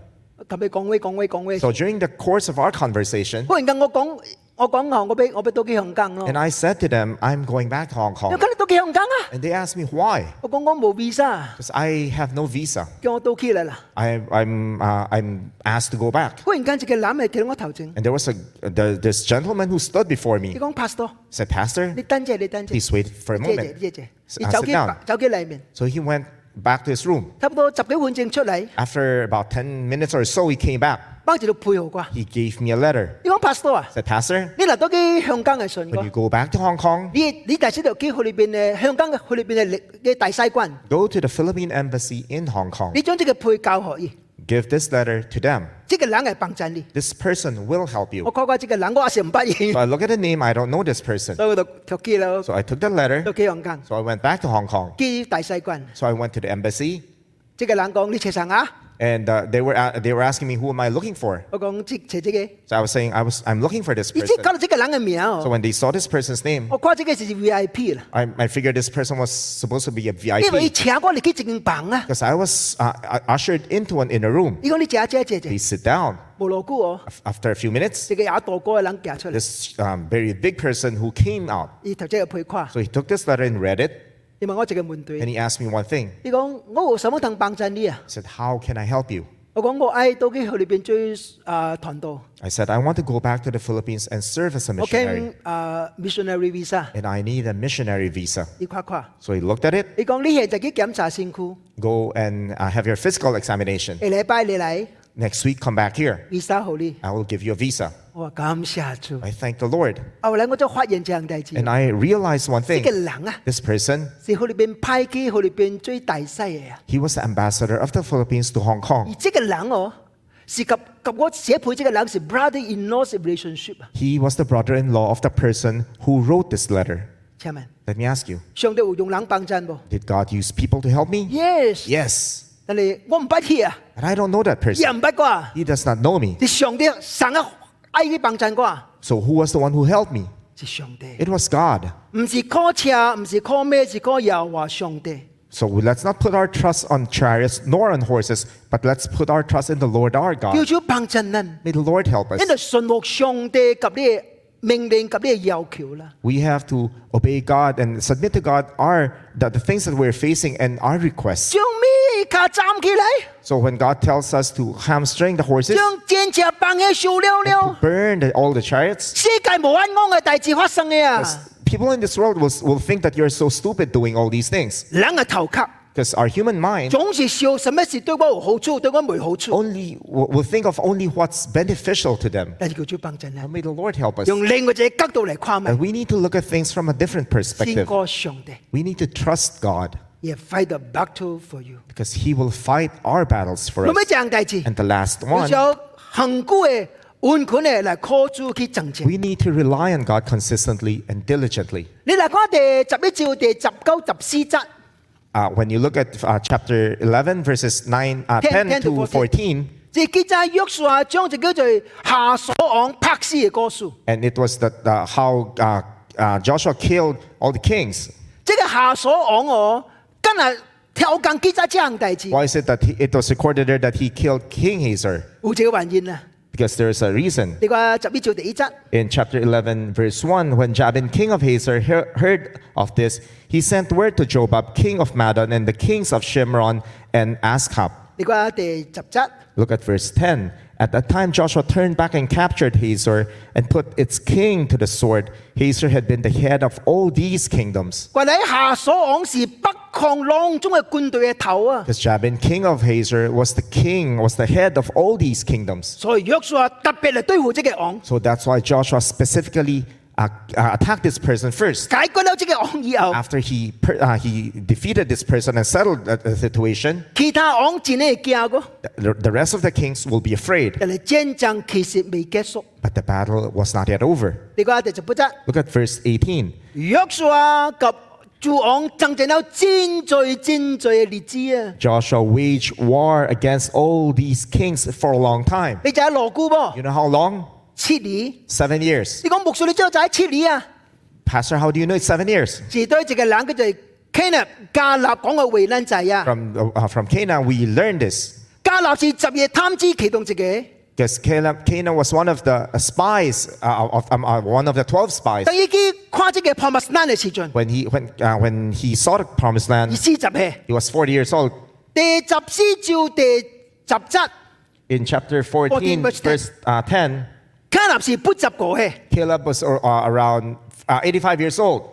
A: 咁你講威講威講威，
B: So during the course of our conversation,
A: 忽然間我講我講啊，我俾我俾到幾香港咯，
B: and I said to them, I'm going back to Hong
A: 你
B: Kong.
A: 講你到幾香港啊？
B: And they asked me why.
A: 我講我冇 visa。
B: Because I have no visa.
A: 叫我到期嚟啦。
B: I, I'm, uh, I'm asked to go back.
A: 忽然間，一個男嘅企喺我頭前，
B: And there was a, the, this gentleman who stood before
A: 佢
B: me
A: 講 Pastor，
B: said, Pastor,
A: 你等陣，你等陣，
B: please wait for a
A: 謝謝
B: moment.
A: 謝謝。
B: S-
A: 你
B: uh,
A: 走
B: sit
A: 幾
B: down.
A: 走幾嚟面，
B: So he went back to his room.
A: 差唔多十幾分鐘出嚟，
B: After about 10 minutes or so, he came back.
A: 包住度配好啩。
B: he gave me a letter.
A: 你講 Pastor 啊
B: I，said, Pastor,
A: 你嚟到啲香港嘅信
B: when
A: 啩？
B: you go back to Hong Kong,
A: 你你第時就去裏邊嘅香港嘅去裏邊嘅歷嘅大西關，
B: go to the Philippine embassy in Hong Kong.
A: 你將呢個配教學咦？
B: Give this letter to them.
A: 呢個人係幫襯你。
B: This person will help
A: 我
B: you.
A: 講過呢個人，我阿成唔畢
B: So
A: 業，
B: I look at the name, I don't know this person.
A: 所以我就脱機啦，
B: So I took the letter.
A: 到幾香港，
B: So I went back to Hong Kong.
A: 機大西關。呢
B: So I went to the embassy,
A: 個人講你斜上啊，
B: and uh, they were a they were asking me who am I looking for.
A: 我講即斜自己，
B: So I was saying I was I'm looking for this
A: 你即
B: person.
A: 搞到呢個人嘅名哦
B: So。when they saw this person's name,
A: 我看這個是 V I P 啦，
B: I, I figured this person was supposed to be a
A: 因為佢
B: VIP
A: 請我入去一間房啊。
B: because I was uh, uh, ushered into an inner room.
A: 伊講你姐姐姐
B: Please
A: 姐，
B: sit down.
A: 無偌久哦，
B: Af- After a few minutes,
A: 一個也大個嘅人行出嚟，
B: this um, very big person who came out.
A: 伊頭先又陪看，
B: So he took this letter and read it,
A: 伊問我一個問題
B: and，he asked me one thing.
A: 伊講我有什麼通幫襯你啊？
B: He said, How can I help you?
A: 我講我唉到去菲律賓追啊團道
B: I said, I want to go back to the Philippines and serve as a
A: 我傾
B: missionary.
A: 啊 missionary visa，
B: And I need a missionary visa.
A: 你誇誇，
B: So he looked at it.
A: 你講呢係自己檢查先酷，
B: Go and uh, have your physical examination.
A: 下禮拜你嚟
B: Next week, come back here.
A: visa 好呢，
B: I will give you a visa.
A: 我話感謝主。哎
B: I thank the Lord.
A: 後嚟我就發現這樣大事，
B: And I realized one
A: 呢
B: thing
A: 個人啊，
B: this person,
A: 是菲律賓派去菲律賓追大西嘅啊，
B: he was the ambassador of the Philippines to Hong
A: 而
B: Kong.
A: 這個人哦，是及及我寫配這個人是 brother in law relationship 啊，
B: He was the brother in law of the person who wrote this letter.
A: 請問
B: Let me ask you
A: 上帝會用人幫襯冇
B: Did God use people to help me?
A: ？Yes，
B: Yes.
A: 但係我唔不去啊，
B: But I don't know that
A: 亦
B: person.
A: 唔不啩，
B: He does not know me.
A: 是上帝神啊愛去幫襯啩，
B: So who was the one who helped me?
A: 是上帝。
B: It was God.
A: 唔是靠車，唔是靠咩，是靠耶和華上帝。
B: So let's not put our trust on chariots nor on horses, but let's put our trust in the Lord our
A: 叫
B: God.
A: 做幫襯人，
B: May the Lord help us.
A: 因為信服上帝及你命令及你要求啦。
B: We have to obey God and submit to God our the, the things that we're facing and our requests.
A: 將咩卡站起來，
B: So when God tells us to hamstring the horses,
A: 將戰車放喺樹了
B: and to
A: 了。
B: burn the, all the chariots,
A: 世界無安安嘅大事發生嘅啊！
B: people in this world will, will think that you're so stupid doing all these things.
A: 人嘅頭殼
B: Because our human mind
A: 總是笑，什麼事對我有好處，對我沒好處。
B: only will will think of only what's beneficial to them.
A: 但是叫做幫襯人，
B: And may the Lord help us.
A: 用另外一個角度嚟看咪
B: And，we need to look at things from a different
A: 先
B: perspective.
A: 過上帝
B: We need to trust God
A: ，He fight the battle for you。
B: because He will fight our battles for
A: 做
B: us.
A: 咩這樣大事？
B: And the last
A: 你
B: one,
A: 就恆固嘅、安全嘅嚟靠主去掙錢。
B: we need to rely on God consistently and diligently.
A: 你嚟講第十一章、第十九、十四節，
B: Uh, when you look at uh, chapter 11, verses 9, uh,
A: 10 10
B: 10,
A: to
B: to 14,
A: 即記載約書亞將就叫做夏所昂拍死嘅故事。
B: and it was that uh, how uh, uh, Joshua killed all the kings.
A: 即個夏所昂哦，今日跳更記載這樣大事，
B: Why is it that he, it was recorded there that he killed King Hazer?
A: 有這個原因啊。
B: Because there is a reason.
A: 你講十一章第一節，
B: In chapter 11, verse 1, when Jabin, king of Hazor, hear- heard of this, he sent word to Jobab, king of Madon, and the kings of Shimron and Ashab.
A: 你講第十節，
B: Look at verse 10. At that time, Joshua turned back and captured Hazor and put its king to the sword. Hazor had been the head of all these kingdoms.
A: 原來夏所昂是北抗浪中嘅軍隊嘅頭啊，
B: Because Jabin, king of Hazor, was the king, was the head of all these kingdoms.
A: 所以約書亞特別嚟對付這個昂，
B: So that's why Joshua specifically uh, uh, attacked this person first.
A: 解決了這個昂以後，
B: After he, per, uh, he defeated this person and settled the, the situation,
A: 其他昂戰呢驚過，
B: the, the rest of the kings will be afraid.
A: 但係戰爭其實未結束。
B: But the battle was not yet over.
A: 你講第十八節。
B: Look at verse 18.
A: 约书亚及诸王争战到千罪千罪嘅日子啊！
B: Joshua waged war against all these kings for a long time.
A: 你就喺羅姑噃，
B: You know how long?
A: 切尼。
B: Seven years.
A: 你講牧師，你知道就喺切尼啊？
B: Pastor, how do you know it's seven years?
A: 是對一個人佢就係 Canaan 加納講嘅為難仔啊！
B: From, uh, from Cana, we learned this.
A: 加納是十夜貪知其動自己，
B: Because Cana, Cana was one of the uh, spies, uh, of, um, uh, one of the 12 spies.
A: 等於佢跨咗嘅 promise land 嘅時陣，
B: When he, when, uh, when he saw the promised
A: 而
B: land,
A: 思集氣。
B: he was 40 years old.
A: 第十四照第十七，
B: In chapter 14,
A: 14, verse 10.
B: verse uh, 10,
A: 加納是不集過氣。
B: Caleb was uh, around uh, 85 years old.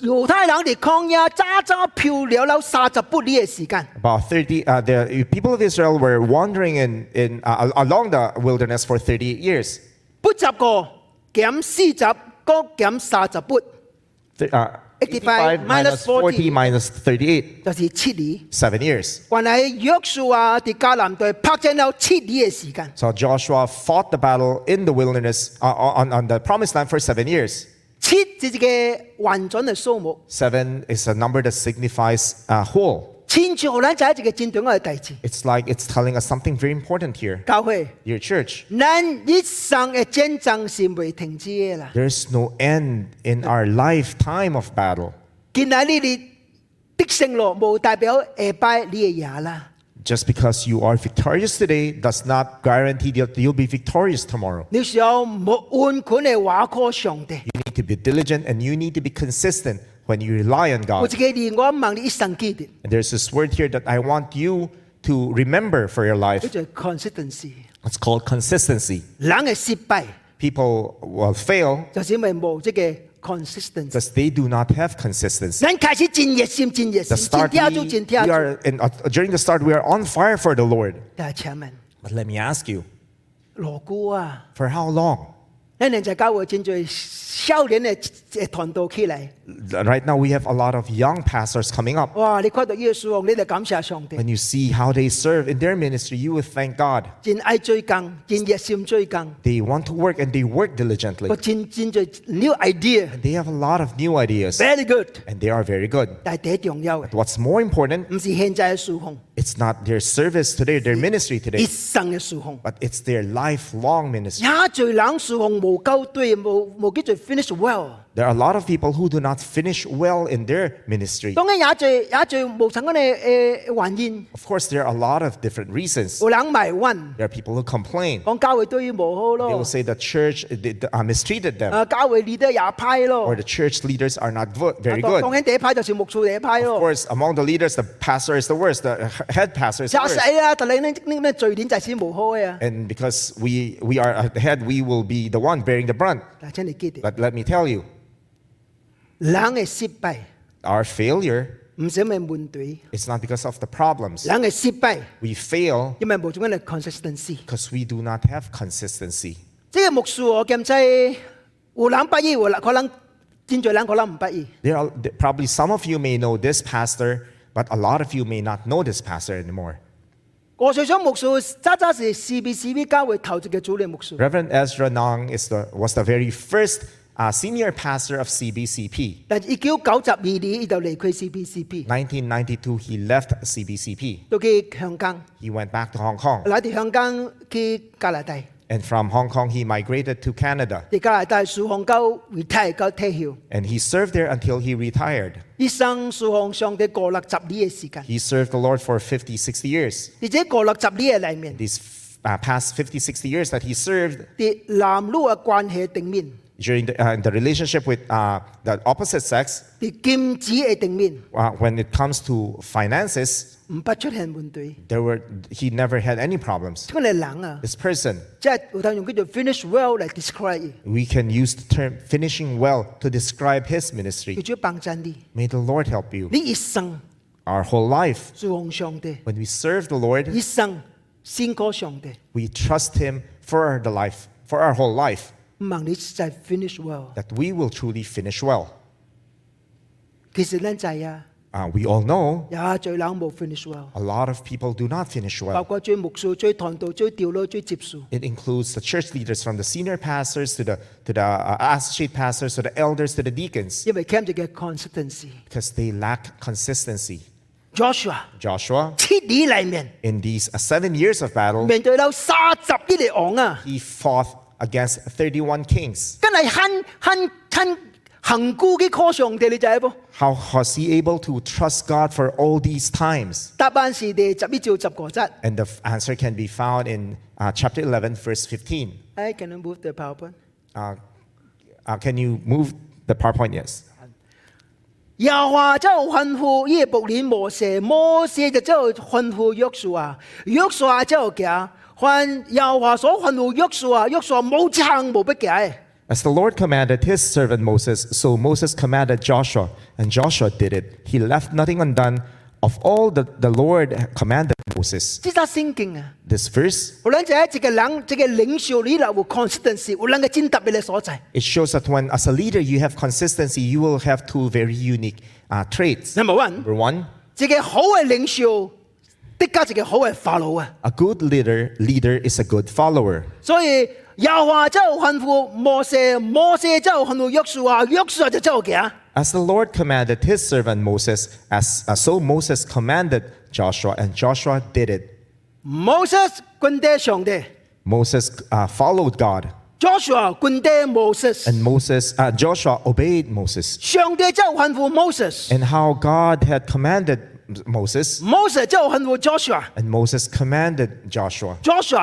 A: 猶太人嚟抗野揸揸漂了了三十八年嘅時間。
B: About 30, uh, the people of Israel were wandering in, in, uh, along the wilderness for 38 years.
A: 八十個減四十，各減三十八，
B: Th- uh,
A: 85 minus 40.
B: minus 38,
A: 就是七年。
B: seven years.
A: 原來約書亞喺迦南地拍正有七年嘅時間，
B: So Joshua fought the battle in the wilderness uh, on, on the promised land for seven years.
A: 七就係個完整嘅數目。
B: Seven is a number that signifies uh, whole.
A: 千住荷蘭就係一個戰隊嘅弟子，
B: It's like it's telling us something very important here.
A: 教會
B: Your church,
A: 人一生嘅戰爭是未停止嘅啦。
B: there's no end in our lifetime of battle.
A: 見喺呢啲的勝咯，無代表下拜你嘅嘢啦。
B: Just because you are victorious today does not guarantee that you'll be victorious tomorrow.
A: 你需要冇安管嘅話靠上帝，
B: You need to be diligent and you need to be consistent when you rely on
A: 我
B: God.
A: 自己連我問你一生記得。
B: And there's this word here that I want you to remember for your life.
A: 就係 consistency。
B: It's called consistency.
A: 人嘅失敗
B: People will fail
A: 就是因為冇即嘅 consistency。
B: because they do not have consistency.
A: 人開始戰熱心，戰熱
B: The
A: 心，戰
B: start,
A: 聽就戰
B: we, we
A: 聽就。
B: are in, uh, during the start, we are on fire for the Lord.
A: 但係請問
B: But let me ask you,
A: 羅姑啊，
B: for how long?
A: 一年就教會真最少年嘅嘅團隊起嚟。
B: Right now, we have a lot of young pastors coming up.
A: 哇！你看到耶穌，你就感謝上帝，
B: When you see how they serve in their ministry, you will thank God.
A: 真愛追更，真熱心追更，
B: They want to work and they work diligently.
A: 個真真最 new idea。
B: They have a lot of new ideas
A: Very good，
B: and they are very good.
A: 但係第一重要嘅
B: What's more important,
A: 唔是現在嘅舒控，
B: it's not their service today, their ministry
A: 一
B: today,
A: 生嘅舒控。
B: but it's their lifelong ministry.
A: 也最冷舒控無夠對，無無幾最 finish well。
B: There are a lot of people who do not finish well in their ministry.
A: 當然也最也最無曾嗰嘅誒原因，
B: Of course, there are a lot of different reasons.
A: 有人迷暈，
B: There are people who complain.
A: 講教會對於無好
B: They will
A: 咯，
B: say the church uh, they- uh, mistreated them
A: 啊教會 leader 也派
B: or
A: 咯，
B: the church leaders are not vo-
A: 啊
B: very
A: 當
B: good.
A: 當然第一派就是牧師第一派
B: Of
A: 咯，
B: course, among the leaders, the pastor is the worst, the uh, head pastor is the
A: 也死
B: worst.
A: 啊！但係呢呢咩罪典就係無好嘅啊！
B: And because we, we are at the head, we will be the one bearing the brunt.
A: 但係請你記住，
B: But let me tell you,
A: 人嘅失敗
B: our failure
A: 唔是因為問題，
B: is not because of the problems.
A: 人嘅失敗
B: We fail
A: 因為無種嘅 consistency。
B: because we do not have consistency.
A: 即係牧師我咁制，有人不依，有人可能真罪人可能唔不依。
B: There are th- probably some of you may know this pastor, but a lot of you may not know this pastor anymore.
A: 我最想牧師渣渣是 CBCB 教會頭席嘅主理牧師。
B: Reverend Ezra Nong is the, was the very first uh, senior pastor of CBCP.
A: 但一九九十二年，伊就離開 CPCP，
B: 1992, he left CBCP.
A: 到去香港，
B: He went back to Hong Kong,
A: 嚟到香港去加拿大，
B: and from Hong Kong, he migrated to Canada,
A: 喺加拿大樹行到 retire 到退休，
B: and he served there until he retired.
A: 一生樹行上帝過六十年嘅時間，
B: He served the Lord for 50, 60 years.
A: 而且過六十年嘅裏面，
B: These f- uh, past 50, 60 years that he served
A: 啲男女嘅關係定面，
B: during the, uh, the relationship with uh, the opposite sex,
A: 啲金子嘅定面，
B: uh, when it comes to finances,
A: 唔不出現問題。
B: there were he never had any problems.
A: 出嚟人啊，
B: This person,
A: 即係有陣用叫做 finish well 嚟 describe，
B: we can use the term finishing well to describe his
A: 佢，叫
B: ministry.
A: 做幫襯你，
B: May the Lord help you.
A: 你一生
B: Our whole life,
A: 樹行上帝，
B: when we serve the Lord,
A: 一生先過上帝，
B: we trust him for the life, for our whole life,
A: 唔問你就係 finish well。
B: that we will truly finish well.
A: 其實僆仔啊，
B: Uh, we all know
A: 也最冷冇 finish well，
B: a lot of people do not finish
A: 包
B: well.
A: 括追木數、追堂道、追調佬、追接數，
B: It includes the church leaders, from the senior pastors to the to the uh, associate pastors to the elders to the deacons,
A: 因為 cam 住嘅 consistency。
B: because they lack consistency.
A: Joshua
B: Joshua,
A: 七年裡面
B: in these uh, seven years of battle,
A: 面對到三十億嚟昂啊，
B: he fought against 31 kings.
A: 真係恨恨恨恆固嘅 call 上帝你就係噃。
B: How was he able to trust God for all these times?
A: 答案是第十一至十個質。
B: And the f- answer can be found in uh, chapter 11, verse 15.
A: I can move the PowerPoint。
B: Uh, uh, can you move the PowerPoint? Yes.
A: 又話就吩咐耶伯年摩西，摩西就就吩咐約書亞，約書亞就行。還又話所吩咐約書亞，約書亞冇一項冇不嘅。
B: As the Lord commanded his servant Moses, so Moses commanded Joshua, and Joshua did it. He left nothing undone of all that the Lord commanded Moses.
A: 即係聖經啊，
B: This verse
A: 無論就係一個人，一個領袖，你留有 consistency，有人嘅真特別嘅所在。
B: It shows that when, as a leader, you have consistency, you will have two very unique uh, traits.
A: Number one，
B: Number one,
A: 一個好嘅領袖，的確一個好嘅 follow 啊。
B: a good leader leader is a good follower.
A: 所以又話就吩咐摩西，摩西就吩咐約書亞，約書亞就就行。
B: As the Lord commanded his servant Moses, as uh, so Moses commanded Joshua, and Joshua did it.
A: Moses 軍隊上帝。
B: Moses uh, followed God,
A: Joshua 軍隊 Moses，
B: and Moses uh, Joshua obeyed Moses.
A: 上帝就吩咐 Moses，Moses
B: And how God had commanded M- Moses,
A: 就吩咐 Joshua，Joshua
B: and Moses commanded Joshua.
A: 就行。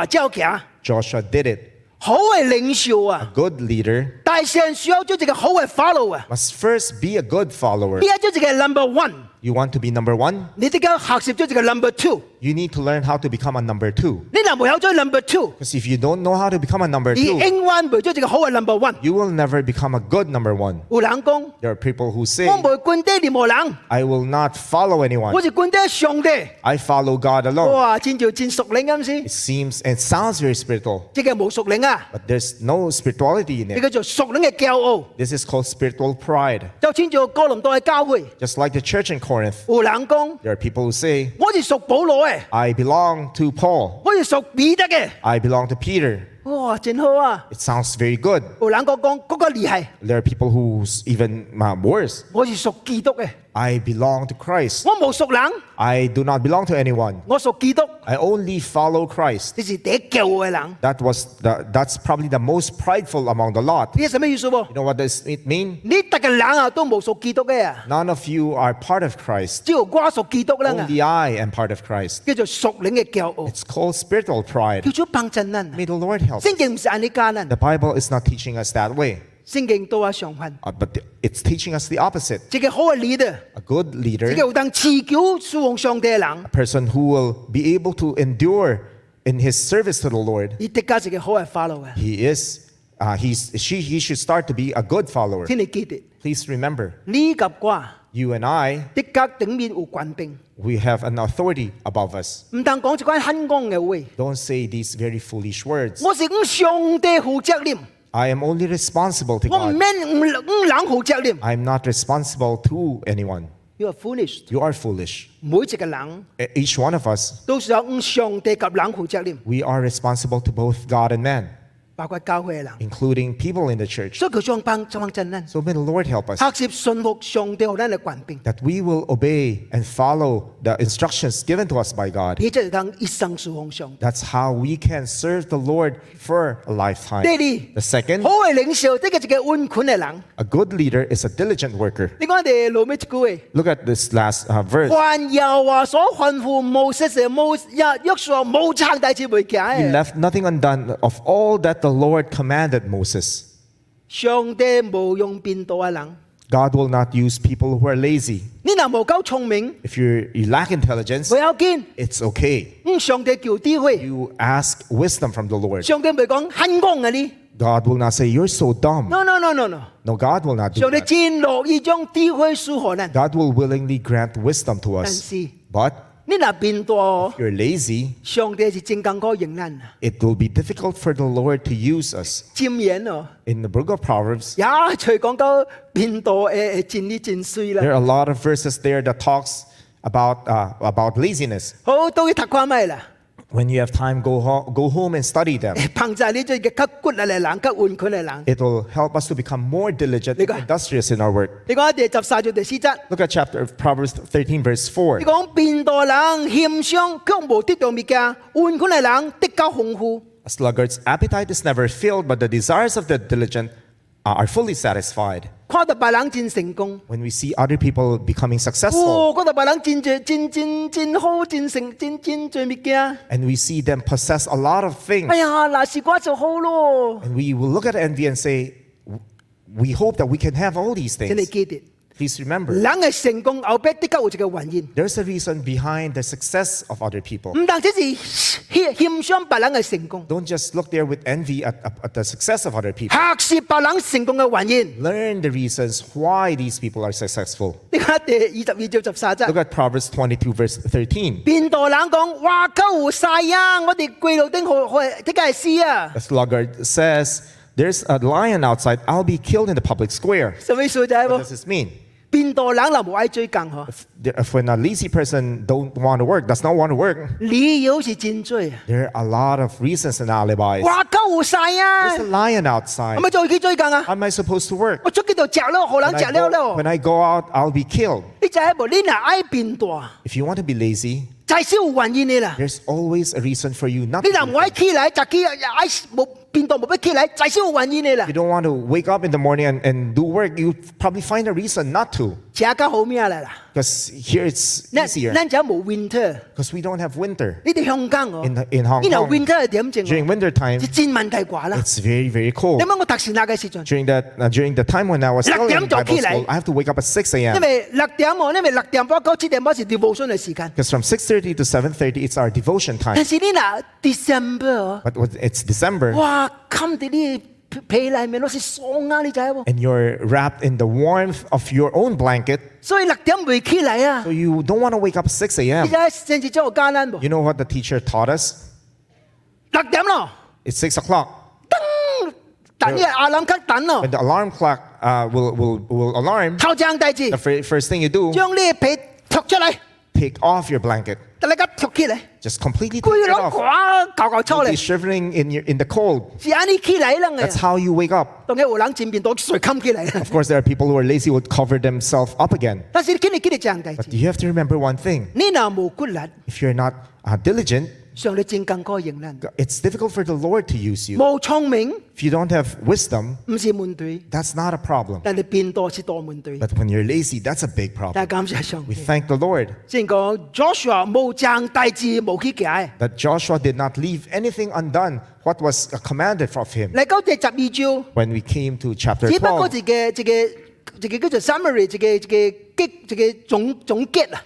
B: Joshua did it.
A: 好嘅領袖啊，
B: Good leader
A: 大神需要做一個好嘅 follow 啊，
B: must first be a good follower.
A: 呢一做一個 number one，
B: You want to be number one?
A: 你即刻學習咗呢個 number two。
B: You need to learn how to become a number two.
A: 你若沒有咗 number two，
B: Because if you don't know how to become a number
A: 而
B: two,
A: N one 冇咗呢個好嘅 number one。
B: you will never become a good number one.
A: 有人講：
B: There are people who say,
A: 我唔係冠爹，你無人，
B: I will not follow
A: 我
B: anyone.
A: 是冠爹上帝。
B: I follow God alone.
A: 哇！戰就戰熟領啱先，
B: It seems and sounds very spiritual,
A: 即係冇熟領啊！
B: but there's no spirituality in
A: 你
B: it.
A: 叫做熟領嘅驕傲。
B: This is called spiritual pride.
A: 就算做哥林多嘅教會，
B: Just like the church in Corinth,
A: 胡冷講：
B: there are people who say,
A: 我係屬保羅嘅，
B: I belong to Paul.
A: 我係屬彼得嘅。
B: I belong to Peter.
A: 哇！真好啊！
B: It sounds very good.
A: 胡冷講講嗰個你係，
B: There are people who's even uh, worse.
A: 我係屬基督嘅，
B: I belong to Christ.
A: 我冇屬冷，
B: I do not belong to anyone.
A: 我屬基督。
B: I only follow Christ.
A: 你是第一叫嘅人，
B: That was the, that's probably the most prideful among the lot.
A: 呢係什麼意思喎
B: You？know what does it mean?
A: 你特嘅人啊，都冇屬基督嘅啊！
B: None of you are part of Christ.
A: 只要瓜屬基督啦，啊
B: Only I am part of Christ.
A: 叫做屬靈嘅驕傲，
B: It's called spiritual pride.
A: 叫做棒震人。啊
B: May the Lord help.
A: 聖經唔是按你加人
B: The，Bible is not teaching us that way,
A: 聖經都話上分。
B: uh, but the- it's teaching us the opposite.
A: 一個好嘅 leader，
B: A good
A: 一
B: leader,
A: 個有當持久侍奉上帝嘅人
B: a，person who will be able to endure in his service to the Lord,
A: 而的確是一個好嘅 follow 嘅，
B: he is, uh, he's, she, he should start to be a good follower.
A: 請你記得。
B: Please remember,
A: 呢及瓜
B: you and I,
A: 的確頂面有官兵，
B: we have an authority above us.
A: 唔但講一關輕功嘅話，
B: Don't say these very foolish words.
A: 我是五上帝負責任，
B: I am only responsible to
A: 我唔
B: God.
A: 免五五人負責任。
B: I'm not responsible to anyone.
A: You are foolish，
B: You are foolish.
A: 每一個人
B: E- Each one of us
A: 都是有五上帝及人負責任，
B: we are responsible to both God and man,
A: 包括教會嘅人。
B: including people in the church.
A: 所以佢想幫就幫真人，
B: So may the Lord help us
A: 學習信服上帝好咱嘅官兵，
B: that we will obey and follow the instructions given to us by God.
A: 你就係當一生侍奉上帝。
B: That's how we can serve the Lord for a lifetime.
A: Daddy.
B: The second,
A: 好嘅領袖，的確一個温款嘅人。
B: a good leader is a diligent worker.
A: 你講我哋老尾一句話，
B: Look at this last uh, verse.
A: 凡又話所吩咐無息事無約約束無撐大姊妹嘅
B: He left nothing undone of all that the Lord commanded Moses.
A: 上帝無用變道嘅人。
B: God will not use people who are lazy.
A: 你若無夠聰明，
B: If you you lack intelligence,
A: 唔要緊，
B: it's okay.
A: 嗯，上帝叫智慧。
B: You ask wisdom from the Lord.
A: 上帝唔係講慳功嘅你
B: God will not say, You're so dumb.
A: ，no no no no no，
B: No, God will not do
A: 上帝
B: that.
A: 真樂意將智慧輸何人。
B: God will willingly grant wisdom to
A: 但
B: us.
A: 是
B: But
A: 你若變道，
B: if you're lazy,
A: 上帝是真感覺型人啊。
B: it will be difficult for the Lord to use us.
A: 箴言哦，
B: In the book of Proverbs,
A: 也隨講到變道誒誒真理真水
B: there
A: 啦。
B: are a lot of verses there that talks about, uh, about laziness.
A: 好，都要讀看咩啦？
B: When you have time, go, ho- go home and study them.
A: 憑藉你最嘅骨骨嚟嚟冷，骨換佢嚟冷。
B: It will help us to become more diligent and
A: Liga.
B: industrious in our work.
A: 你講第十三章第四節，
B: Look at chapter of Proverbs 13, verse 4.
A: 你講變道人欠商，卻無得到物件，換佢嚟冷的確豐富。
B: A sluggard's appetite is never filled, but the desires of the diligent are fully satisfied.
A: 看到別人真成功，
B: When we see other people becoming
A: 哇！
B: successful
A: 嗰度別人真最真真真好，真成真真最物件。
B: and we see them possess a lot of things,
A: 哎呀，嗱是我就好咯。
B: and we will look at envy and say, We hope that we can have all these
A: 請你
B: things.
A: 記得，
B: Please
A: 人
B: remember,
A: 嘅成功後邊的確有一個原因。
B: there's a reason behind the success of other people.
A: 唔但只是欠欠商別人嘅成功，
B: Don't just look there with envy at, at- at the success of other people.
A: 嚇是別人成功嘅原因。
B: Learn the reasons why these people are successful.
A: 呢個第二十二章十三
B: Look
A: 節，
B: at Proverbs 22, verse 13.
A: 邊度人講哇鳩胡晒啊！我哋貴路丁好好即係師啊，
B: The sluggard says, There's a lion outside, I'll be killed in the public square.
A: 什麼意思就係
B: What
A: 喎
B: does？this mean?
A: 邊度人就冇愛追更嗬？
B: If, if when a lazy person don't want to work, does not want to work,
A: 理由是真多啊！
B: there are a lot of reasons and alibis.
A: 哇鳩胡晒啊！
B: There's a
A: 係
B: lion outside.
A: 咪再去追更啊？
B: How am I supposed to work?
A: 我出去就食咯，何人
B: When
A: 食
B: I
A: 了
B: go,
A: 咯
B: when？I go out, I'll be killed.
A: 你就係無你若愛變大，
B: If you want to be lazy,
A: 啊就係少有原因你啦。
B: there's always a reason for you not
A: 你
B: to.
A: 若唔
B: be
A: 愛起來，就去愛冇邊度冇要起來，再先有原因的啦
B: You。don't want to wake up in the morning and, and do work. You probably find a reason not to.
A: 食較好命嚟啦。
B: Because here it's
A: 咱
B: easier.
A: 咱就冇 winter，
B: Because we don't have winter.
A: 呢啲香港哦
B: In- in Hong，
A: 呢度
B: Kong
A: winter 係點整？
B: During winter time,
A: 是真問題啩啦。
B: it's very, very
A: 你
B: cold.
A: 問我讀神學嘅時陣，
B: During that, uh, during the time when I was still in Bible school, I have to wake up at 6
A: 因
B: a.m.
A: 為六點喎，因為六點半到七點半是 devotion 嘅時間。
B: Because from 6.30 to 7.30, it's our devotion
A: 但
B: time.
A: 是你嗱 December 哦
B: But when it's December,
A: 哇，冚喺啲被被裏面攞是爽啊，你知喎。
B: and you're wrapped in the warmth of your own blanket,
A: 所以六點未起嚟啊
B: so，you don't want to wake up at 6
A: 你
B: a.m.
A: 知甚至真係艱難喎。
B: You know what the teacher taught us?
A: 六點咯，
B: It's 6 o'clock.
A: 等呢個阿諗吉等咯
B: When，the alarm clock uh, will, will, will alarm,
A: 頭正第字
B: the，fir- first thing you do,
A: 將呢被脱出嚟，
B: take off your blanket.
A: 但你家脱起嚟，
B: Just completely take
A: 佢
B: it
A: 攞
B: off.
A: 瓜嚿嚿抽
B: You'll be
A: 嚟，
B: shivering in, your, in the cold.
A: 是安尼起嚟啦
B: That's
A: 嘅。
B: how you wake up.
A: 當佢胡冷漸變到水冚起嚟，
B: Of course, there are people who are lazy who would cover themselves up again.
A: 但是你今日今日正第
B: But
A: 字，
B: you have to remember one thing.
A: 你嗱冇骨力，
B: If you're not uh, diligent,
A: 上帝正更過型啦。
B: it's difficult for the Lord to use you.
A: 冇聰明
B: If you don't have wisdom,
A: 唔是門對，
B: that's not a problem.
A: 但係變多是多門對。
B: But when you're lazy, that's a big
A: 但
B: problem.
A: 係感謝上
B: We
A: 帝。
B: thank the Lord
A: 先講 Joshua 冇仗大志冇去解，
B: that Joshua did not leave anything undone what was commanded of him.
A: 嚟到第十二
B: When we came to chapter
A: 招，只不過自
B: 12,
A: 己自己自己叫做 summary，自己自己激自己總總結啊。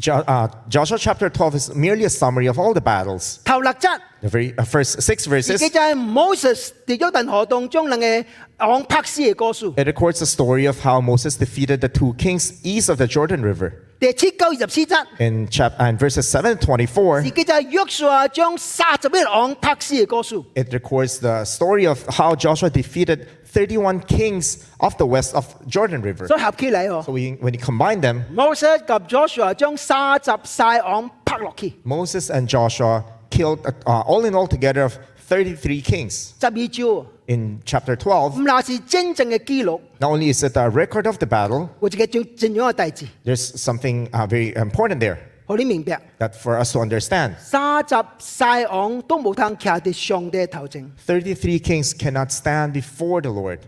B: Jo- uh, Joshua chapter 12 is merely a summary of all the battles.
A: 頭六則，
B: The very uh, first six
A: 自
B: verses,
A: 己就係 Moses 跌咗鄧河洞將能嘅昂柏斯嘅歌書。
B: it records the story of how Moses defeated the two kings east of the Jordan River.
A: 第七九二十四則，
B: In, chap- and verses 7 to 24,
A: 自己就係約書亞將三十一昂柏斯嘅歌書。
B: it records the story of how Joshua defeated 31 kings of the west of Jordan River.
A: 所以合起嚟哦
B: So we, when you combine them,
A: ，Moses 及 Joshua 將三十晒昂拍落去。
B: Moses and Joshua killed uh, all in all together of 33 kings.
A: 十二招，唔
B: In chapter 12,
A: 那是真正嘅記錄，
B: not only is it a record of the battle,
A: 或者嘅正正樣嘅大字。
B: there's something uh, very important there
A: 好，你明白？
B: that for us to understand.
A: 三十晒昂都冇通徛喺上帝嘅頭前，
B: 33 kings cannot stand before the Lord.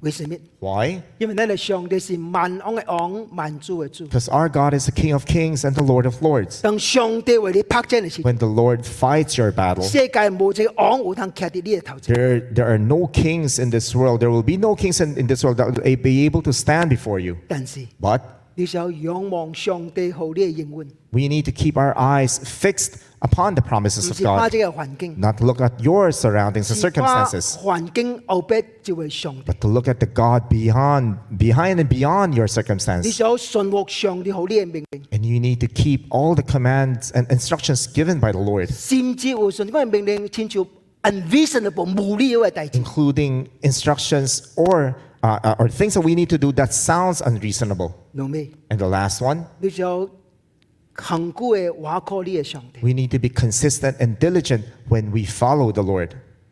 A: 為什麼？
B: Why?
A: 因為呢哋上帝是萬昂嘅昂，萬主嘅主。
B: Because our God is the King of kings and the Lord of lords.
A: 當上帝為你拍正嘅時，
B: When the Lord fights your battle,
A: 世界冇隻昂有通徛喺呢個頭前。
B: There, there are no kings in this world. There will be no kings in, in this world that will be able to stand before you.
A: 但是
B: But
A: 你就仰望上帝好呢個應允，
B: we need to keep our eyes fixed upon the
A: 唔
B: promises of
A: 是花
B: God,
A: 呢個環境，
B: not look at your surroundings and
A: 是花
B: circumstances,
A: 環境後壁就係上帝。
B: but to look at the God beyond, behind and beyond your
A: 你
B: circumstance.
A: 就信服上帝好呢個命令，
B: And you need to keep all the commands and instructions given by the Lord,
A: 甚至乎信呢個命令，千照 unreasonable 無理嘅大字。
B: including instructions or, uh, uh, or things that we need to do that sounds unreasonable.
A: 明咩？
B: And the last one,
A: 你就恆古嘅話靠呢個上帝。
B: we need to be consistent and diligent when we follow the Lord.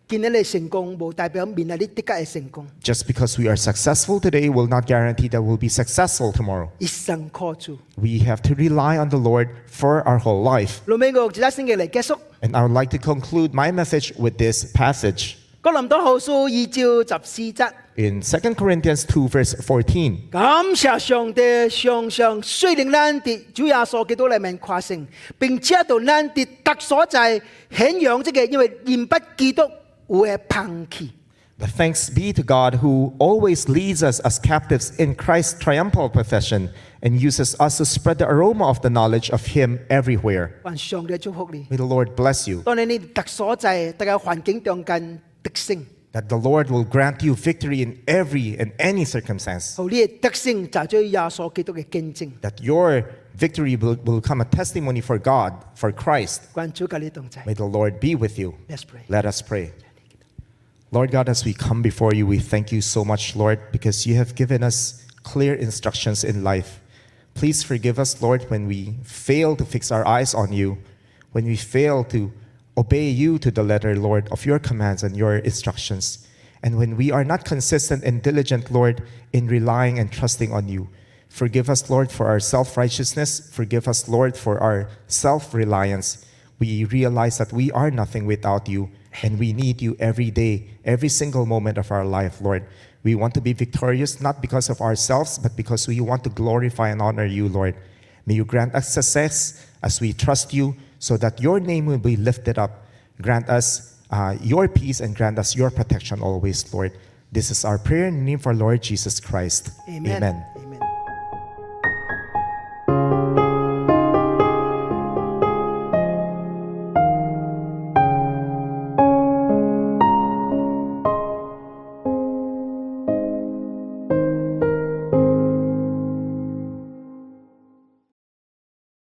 A: 見到你成功，冇代表面啊你的確係成功。
B: Just because we are successful today will not guarantee that we'll be successful tomorrow.
A: 一生靠主。
B: We have to rely on the Lord for our whole life.
A: 老尾我一星期嚟結束。
B: And I would like to conclude my message with this passage
A: 哥林多後書二章十四節，
B: in 2 Corinthians 2, verse 14.
A: 感謝上帝，常常雖令咱哋主耶穌基督裏面誇勝，並且到咱哋特所在顯揚即嘅，因為言不基督有嘅抨擊。
B: The thanks be to God who always leads us as captives in Christ's triumphal profession and uses us to spread the aroma of the knowledge of Him everywhere.
A: 願上帝祝福你。
B: May the Lord bless you,
A: 當你哋特所在特嘅環境中間得勝，
B: that the Lord will grant you victory in every and any circumstance.
A: 後呢個得勝就做耶穌基督嘅見證。
B: that your victory will, will become a testimony for God, for Christ.
A: 關主嘅你同在。
B: May the Lord be with you.
A: Let's pray.
B: Let us pray. Lord God, as we come before you, we thank you so much, Lord, because you have given us clear instructions in life. Please forgive us, Lord, when we fail to fix our eyes on you, when we fail to obey you to the letter, Lord, of your commands and your instructions, and when we are not consistent and diligent, Lord, in relying and trusting on you. Forgive us, Lord, for our self righteousness. Forgive us, Lord, for our self reliance. We realize that we are nothing without you And we need you every day, every single moment of our life, Lord. We want to be victorious, not because of ourselves, but because we want to glorify and honor you, Lord. May you grant us success as we trust you, so that your name will be lifted up. Grant us uh, your peace and grant us your protection always, Lord. This is our prayer in the name of our Lord Jesus Christ.
A: Amen.
B: Amen.